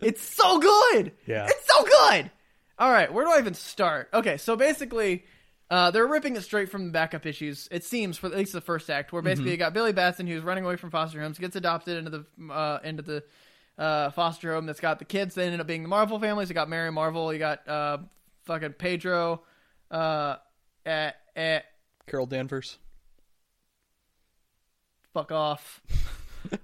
S1: It's so good!
S2: Yeah.
S1: It's so good! All right, where do I even start? Okay, so basically, uh, they're ripping it straight from the backup issues, it seems, for at least the first act, where basically you got Billy Batson, who's running away from foster homes, gets adopted into the, uh, into the uh, foster home that's got the kids. They ended up being the Marvel families. You got Mary Marvel, you got uh, fucking Pedro. Uh, eh, eh,
S2: Carol Danvers.
S1: fuck off.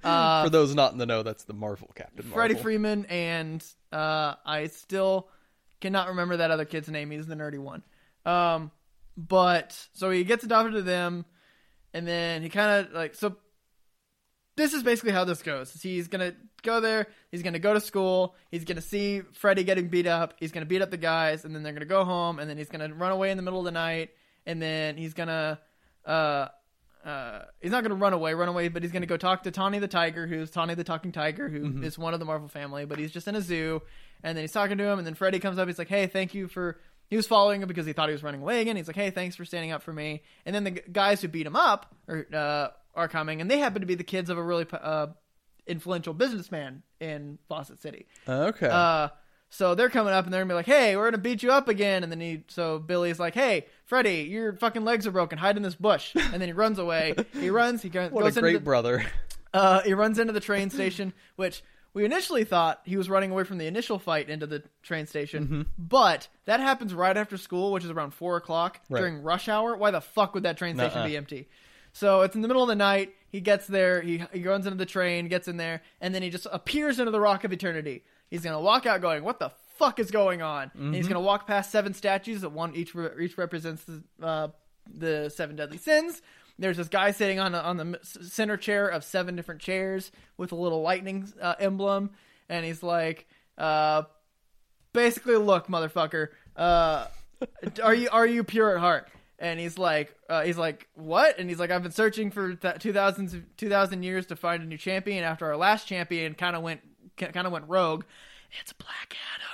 S1: Uh,
S2: For those not in the know, that's the Marvel Captain Marvel.
S1: Freddie Freeman and uh, I still cannot remember that other kid's name. He's the nerdy one. Um, but so he gets adopted to them, and then he kind of like so. This is basically how this goes. is He's gonna go there. He's gonna go to school. He's gonna see Freddie getting beat up. He's gonna beat up the guys, and then they're gonna go home. And then he's gonna run away in the middle of the night. And then he's gonna uh uh, he's not going to run away, run away, but he's going to go talk to Tawny the Tiger, who's Tawny the Talking Tiger, who is one of the Marvel family, but he's just in a zoo. And then he's talking to him, and then Freddy comes up. He's like, hey, thank you for. He was following him because he thought he was running away again. He's like, hey, thanks for standing up for me. And then the g- guys who beat him up are, uh, are coming, and they happen to be the kids of a really uh, influential businessman in Fawcett City.
S2: Okay.
S1: Uh, so they're coming up and they're gonna be like, "Hey, we're gonna beat you up again." And then he, so Billy's like, "Hey, Freddy, your fucking legs are broken. Hide in this bush." And then he runs away. He runs. He go-
S2: what
S1: goes
S2: a great
S1: into the,
S2: brother.
S1: uh, he runs into the train station, which we initially thought he was running away from the initial fight into the train station.
S2: Mm-hmm.
S1: But that happens right after school, which is around four o'clock
S2: Right.
S1: during rush hour. Why the fuck would that train station
S2: Nuh-uh.
S1: be empty? So it's in the middle of the night. He gets there. He, he runs into the train, gets in there, and then he just appears into the Rock of Eternity. He's gonna walk out going, "What the fuck is going on?" And he's gonna walk past seven statues that one each re- each represents the, uh, the seven deadly sins. There's this guy sitting on a, on the m- s- center chair of seven different chairs with a little lightning uh, emblem, and he's like, uh, basically, look, motherfucker, uh, are you are you pure at heart? And he's like, uh, he's like, what? And he's like, I've been searching for th- 2000, 2000 years to find a new champion after our last champion kind of went kind of went rogue. It's Black Adam.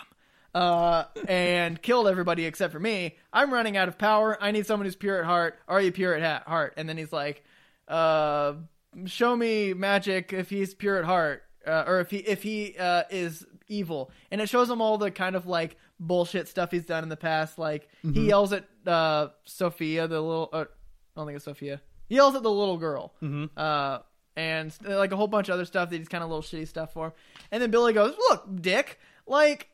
S1: Uh, and killed everybody except for me. I'm running out of power. I need someone who's pure at heart. Are you pure at ha- heart? And then he's like, uh, show me magic if he's pure at heart, uh, or if he if he uh, is evil. And it shows him all the kind of like bullshit stuff he's done in the past. Like he yells at uh, Sophia, the little. Uh, I don't think it's Sophia. He yells at the little girl. Uh, and uh, like a whole bunch of other stuff that he's kind of little shitty stuff for him. And then Billy goes, "Look, Dick, like."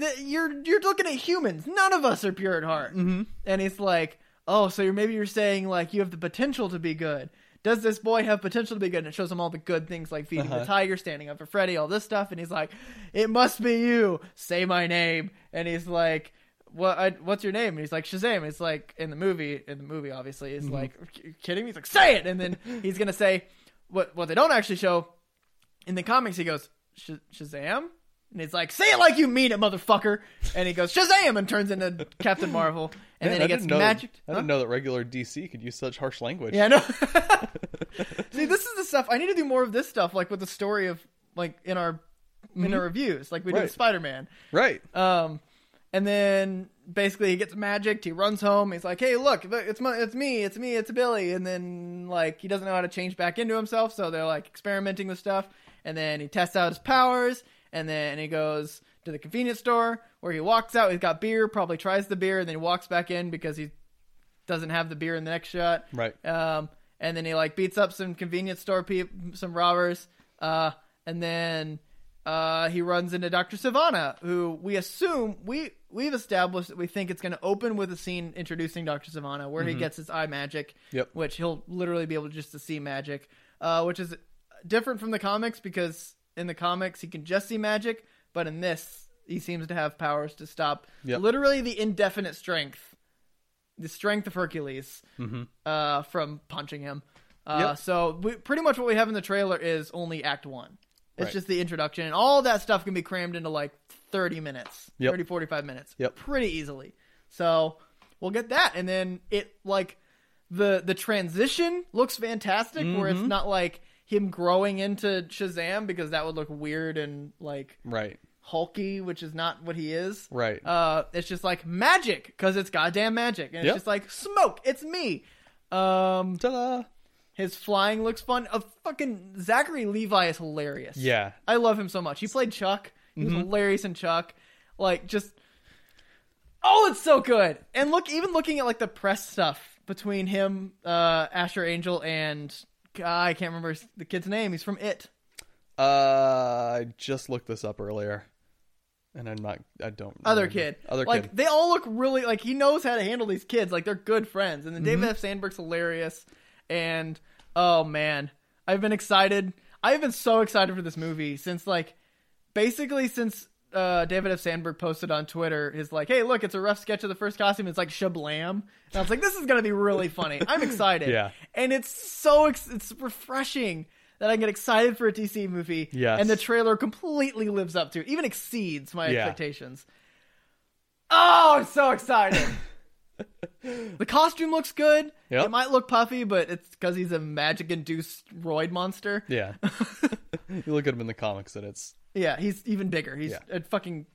S1: th- You're you're looking at humans. None of us are pure at heart. Mm-hmm. And he's like, oh, so you're maybe you're saying like you have the potential to be good. Does this boy have potential to be good? And it shows him all the good things like feeding the tiger, standing up for Freddy, all this stuff. And he's like, it must be you. Say my name. And he's like, what? I, what's your name? And he's like Shazam. It's like in the movie. In the movie, obviously,
S2: Mm-hmm.
S1: he's like, "Are you kidding me? He's like, say it. And then he's gonna say what what they don't actually show in the comics, he goes, "Sh- Shazam? And he's like, say it like you mean it, motherfucker. And he goes, Shazam, and turns into Captain Marvel. And
S2: Man,
S1: then he
S2: I
S1: gets
S2: didn't know-
S1: magic.
S2: I didn't know that regular DC could use such harsh language.
S1: Yeah, I know. See, this is the stuff I need to do more of this stuff, like with the story of like in our in our reviews, like we did
S2: Mm-hmm. Right.
S1: Spider Man.
S2: Right.
S1: Um, And then basically he gets magic. He runs home. He's like, "Hey, look, look, it's my, it's me, it's me, it's Billy." And then like he doesn't know how to change back into himself, so they're like experimenting with stuff. And then he tests out his powers. And then he goes to the convenience store where he walks out. He's got beer. Probably tries the beer, and then he walks back in because he doesn't have the beer in the next shot.
S2: Right.
S1: Um, and then he like beats up some convenience store peop some robbers. Uh, and then uh, he runs into Dr. Savannah, who we assume we we've established that we think it's going to open with a scene introducing Dr. Savannah, where he gets his eye magic,
S2: Mm-hmm. Yep.
S1: which he'll literally be able just to see magic, uh, which is different from the comics because in the comics he can just see magic, but in this he seems to have powers to stop
S2: Yep.
S1: literally the indefinite strength the strength of Hercules
S2: Mm-hmm.
S1: uh, from punching him. Uh,
S2: Yep.
S1: So we, pretty much what we have in the trailer is only Act One. It's
S2: Right.
S1: just the introduction, and all that stuff can be crammed into like 30 minutes,
S2: Yep.
S1: thirty forty five 30, 45 minutes,
S2: Yep.
S1: pretty easily. So we'll get that, and then it like the the transition looks fantastic, where
S2: Mm-hmm.
S1: it's not like him growing into Shazam because that would look weird and like
S2: Right.
S1: hulky, which is not what he is.
S2: Right.
S1: Uh, it's just like magic because it's goddamn magic, and it's
S2: Yep.
S1: just like smoke. It's me. Um,
S2: Ta-da.
S1: his flying looks fun. A fucking Zachary Levi is hilarious.
S2: Yeah.
S1: I love him so much. He played Chuck. He was hilarious in Chuck. Like just Oh, it's so good. And look even looking at like the press stuff between him, uh Asher Angel and God, I can't remember his- the kid's name. He's from It.
S2: Uh, I just looked this up earlier, and I'm not. I don't.
S1: Other
S2: remember.
S1: kid.
S2: Other
S1: like
S2: kid.
S1: they all look really like he knows how to handle these kids. Like they're good friends. And then
S2: Mm-hmm.
S1: David F. Sandberg's hilarious and oh man. I've been excited. I've been so excited for this movie since like basically since uh, David F. Sandberg posted on Twitter his like, hey, look, it's a rough sketch of the first costume. It's like shablam. And I was like, this is gonna be really funny. I'm excited.
S2: Yeah.
S1: And it's so ex- it's refreshing that I get excited for a DC movie.
S2: Yes.
S1: And the trailer completely lives up to it, even exceeds my
S2: Yeah.
S1: expectations. Oh, I'm so excited. the costume looks good.
S2: Yep.
S1: It might look puffy, but it's because he's a magic induced roid monster.
S2: Yeah. you look at him in the comics, and it's
S1: Yeah, he's even bigger. He's
S2: Yeah.
S1: a fucking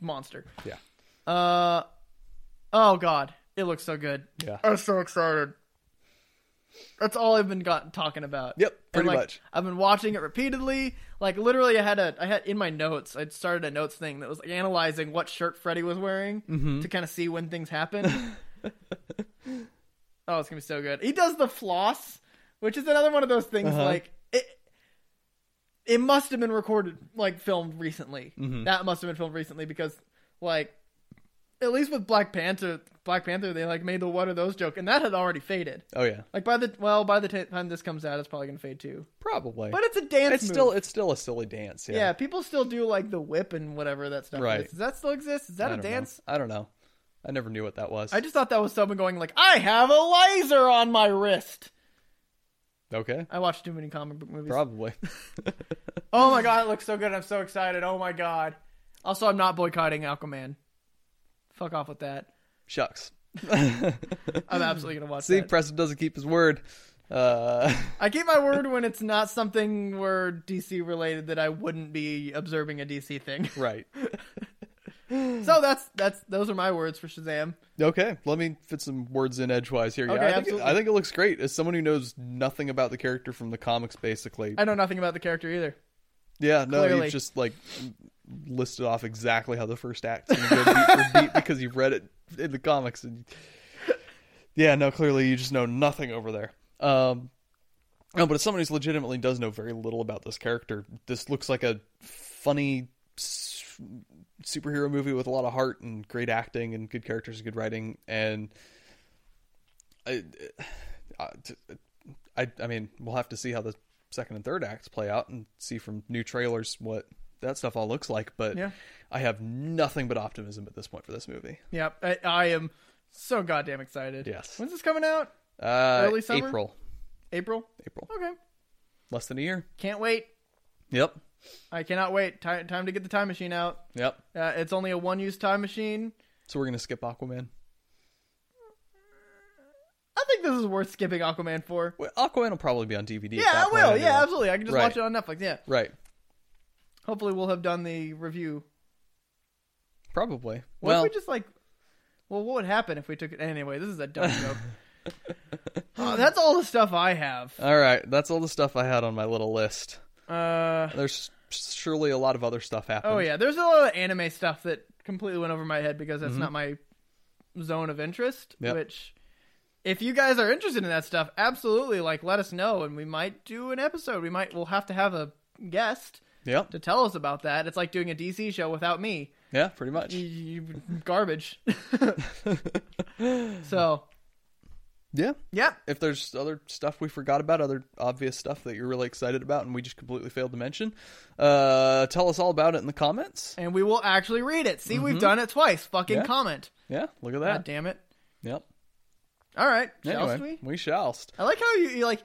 S1: monster.
S2: yeah,
S1: Uh oh god, it looks so good.
S2: yeah.
S1: I'm so excited. That's all I've been got talking about.
S2: Yep,
S1: And,
S2: pretty
S1: like,
S2: much.
S1: I've been watching it repeatedly. Like literally, I had a I had in my notes. I started a notes thing that was like analyzing what shirt Freddy was wearing
S2: Mm-hmm.
S1: to kind of see when things happen. oh, it's gonna be so good. He does the floss, which is another one of those things.
S2: Uh-huh.
S1: Like it, it must have been recorded, like filmed recently.
S2: Mm-hmm.
S1: That must have been filmed recently because, like, at least with Black Panther, Black Panther, they like made the what are those joke, and that had already faded.
S2: Oh yeah,
S1: Like by the well, by the t- time this comes out, it's probably gonna fade too.
S2: probably.
S1: But it's a dance.
S2: it's
S1: move.
S2: still it's still a silly dance. Yeah,
S1: yeah. People still do like the whip and whatever that stuff.
S2: Right.
S1: Is. Does that still exist? Is that
S2: I
S1: a
S2: don't know.
S1: dance?
S2: I don't know. I never knew what that was.
S1: I just thought that was someone going like, "I have a laser on my wrist."
S2: Okay,
S1: I watched too many comic book movies.
S2: probably.
S1: Oh my god, it looks so good! I'm so excited. Oh my god. Also, I'm not boycotting Aquaman. Fuck off with that.
S2: Shucks.
S1: I'm absolutely gonna watch
S2: See,
S1: that.
S2: Preston doesn't keep his word. Uh,
S1: I keep my word when it's not something where DC related that I wouldn't be observing a DC thing.
S2: right.
S1: so that's that's those are my words for Shazam.
S2: Okay, let me fit some words in edgewise here. Yeah,
S1: Okay,
S2: I, think it,
S1: absolutely.
S2: I think it looks great. As someone who knows nothing about the character from the comics, basically.
S1: I know nothing about the character either.
S2: yeah, no,
S1: clearly.
S2: you just like listed off exactly how the first act's going to go beat for beat because you've read it in the comics. And yeah, no, clearly you just know nothing over there. Um, no, but as someone who legitimately does know very little about this character, this looks like a funny s- superhero movie with a lot of heart and great acting and good characters and good writing and I, I, I, I mean, we'll have to see how the second and third acts play out and see from new trailers what that stuff all looks like. But
S1: Yeah.
S2: I have nothing but optimism at this point for this movie.
S1: Yep, I, I am so goddamn excited.
S2: Yes.
S1: When's this coming out?
S2: Uh,
S1: Early summer?
S2: April,
S1: April.
S2: April,
S1: Okay.
S2: less than a year.
S1: Can't wait.
S2: Yep,
S1: I cannot wait. Time time to get the time machine out.
S2: yep.
S1: Uh, it's only a one use time machine.
S2: So we're gonna skip Aquaman.
S1: I think this is worth skipping Aquaman for.
S2: Well, Aquaman will probably be on DVD. at
S1: Yeah,
S2: that
S1: I
S2: point
S1: will.
S2: anyway.
S1: Yeah, absolutely. I can just
S2: Right.
S1: watch it on Netflix. Yeah.
S2: Right.
S1: Hopefully, we'll have done the review
S2: Probably.
S1: What
S2: well,
S1: if we just like? Well, what would happen if we took it anyway? This is a dumb joke. Oh, that's all the stuff I have.
S2: all right. That's all the stuff I had on my little list.
S1: Uh,
S2: There's surely a lot of other stuff happening.
S1: oh yeah, there's a lot of anime stuff that completely went over my head because that's not my zone of interest.
S2: Mm-hmm. Yep.
S1: Which, if you guys are interested in that stuff, absolutely like let us know, and we might do an episode. We might we'll have to have a guest
S2: Yep.
S1: to tell us about that. It's like doing a DC show without me.
S2: Yeah. Pretty much.
S1: You, you- garbage. so
S2: Yeah.
S1: yeah,
S2: If there's other stuff we forgot about, other obvious stuff that you're really excited about, and we just completely failed to mention, uh, tell us all about it in the comments.
S1: and we will actually read it. See, we've done it twice. Fucking
S2: Mm-hmm. Yeah.
S1: comment.
S2: Yeah. Look at
S1: God
S2: that.
S1: damn it.
S2: Yep.
S1: All right.
S2: Anyway,
S1: Shall we?
S2: we shallst.
S1: I like how you, you like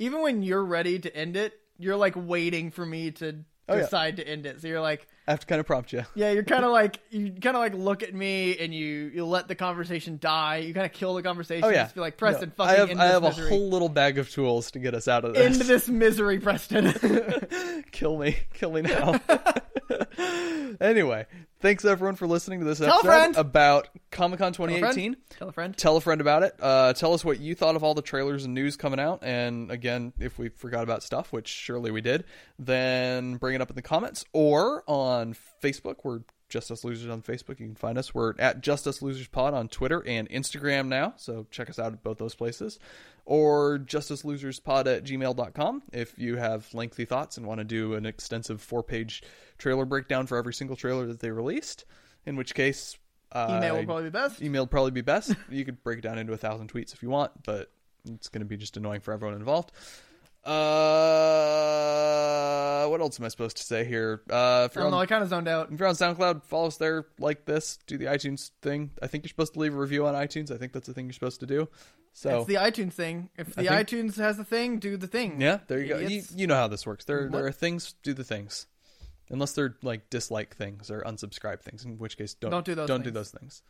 S1: even when you're ready to end it, you're like waiting for me to
S2: Oh, yeah.
S1: decide to end it. So you're like,
S2: I have to kind of prompt you.
S1: yeah, you're kind of like you kind of like look at me and you you let the conversation die. You kind of kill the conversation.
S2: Oh yeah,
S1: Just be like, Preston,
S2: No,
S1: fucking
S2: I have,
S1: end
S2: I
S1: this
S2: have
S1: misery.
S2: a whole little bag of tools to get us out of
S1: End
S2: this.
S1: this misery, Preston.
S2: kill me, kill me now. anyway, thanks everyone for listening to this
S1: a
S2: episode
S1: friend.
S2: about Comic Con
S1: Tell a
S2: 2018.
S1: friend. Tell a friend.
S2: Tell a friend about it. Uh, tell us what you thought of all the trailers and news coming out. And again, if we forgot about stuff, which surely we did, then bring it up in the comments or on Facebook. We're Just Us Losers on Facebook. You can find us. We're at Just Us Losers Pod on Twitter and Instagram now. So check us out at both those places. Or justiceloserspod at gmail.com if you have lengthy thoughts and want to do an extensive four page trailer breakdown for every single trailer that they released. In which case,
S1: Email will
S2: I-
S1: probably be best.
S2: email would probably be best. you could break it down into a thousand tweets if you want, but it's going to be just annoying for everyone involved. Uh, what else am I supposed to say here? Uh,
S1: I
S2: if you're,
S1: don't know.
S2: on,
S1: I kind of zoned out.
S2: if you're on SoundCloud, follow us there like this. Do the iTunes thing. I think you're supposed to leave a review on iTunes. I think that's the thing you're supposed to do. So
S1: It's the iTunes thing. If the
S2: think-
S1: iTunes has the thing, do the thing.
S2: yeah, there you go. You,
S1: Idiots.
S2: you know how this works. There
S1: What?
S2: there are things. Do the things. Unless they're like dislike things or unsubscribe things, in which case don't
S1: Don't do those
S2: don't do
S1: things.
S2: those things.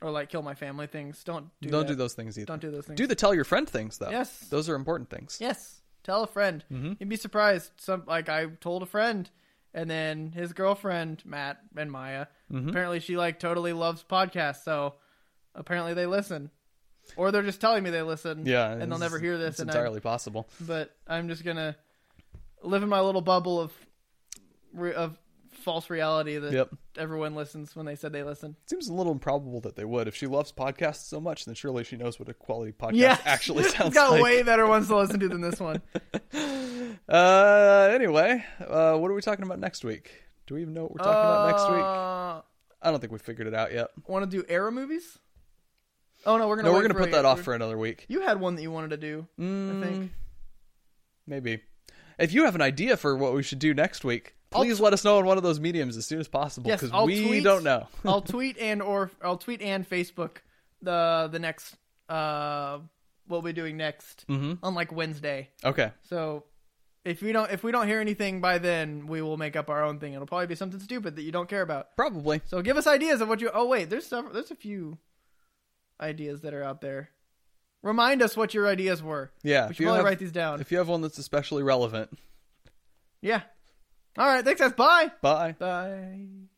S1: Or like kill my family things. Don't do
S2: not
S1: that.
S2: do those things either.
S1: Don't do those things.
S2: Do the tell your friend things though.
S1: Yes.
S2: those are important things.
S1: Yes. Tell a friend.
S2: Mm-hmm.
S1: You'd be surprised. Some like I told a friend, and then his girlfriend Matt and Maya.
S2: Mm-hmm.
S1: Apparently, she like totally loves podcasts. So apparently, they listen, or they're just telling me they listen.
S2: Yeah,
S1: and they'll
S2: it's-
S1: never hear this.
S2: It's
S1: And I'm-
S2: entirely possible.
S1: but I'm just gonna live in my little bubble of re- of false reality that
S2: Yep.
S1: everyone listens when they said they listen.
S2: It seems a little improbable that they would. If she loves podcasts so much, then surely she knows what a quality podcast
S1: Yeah,
S2: actually sounds
S1: got
S2: like.
S1: way better ones to listen to than this one.
S2: Uh, anyway, uh, what are we talking about next week? Do we even know what we're talking about next
S1: Uh,
S2: week? I don't think we figured it out yet.
S1: Want to do era movies? Oh no, we're gonna
S2: No,
S1: wait
S2: we're gonna
S1: for
S2: put
S1: a-
S2: that off for Mm, another week.
S1: You had one that you wanted to do. I think.
S2: Maybe. If you have an idea for what we should do next week, please let us know on one of those mediums as soon as possible
S1: Yes,
S2: because
S1: I'll
S2: we
S1: tweet-
S2: don't know.
S1: I'll tweet and or I'll tweet and Facebook the the next uh what we're doing next
S2: Mm-hmm.
S1: on like Wednesday.
S2: Okay.
S1: So if we don't if we don't hear anything by then, we will make up our own thing. It'll probably be something stupid that you don't care about.
S2: Probably.
S1: So give us ideas of what you. Oh wait, there's several. There's a few ideas that are out there. Remind us what your ideas were.
S2: Yeah.
S1: we
S2: if
S1: should
S2: you
S1: probably
S2: have-
S1: write these down.
S2: If you have one that's especially relevant,
S1: yeah. All right. Thanks, guys. Bye.
S2: bye.
S1: Bye.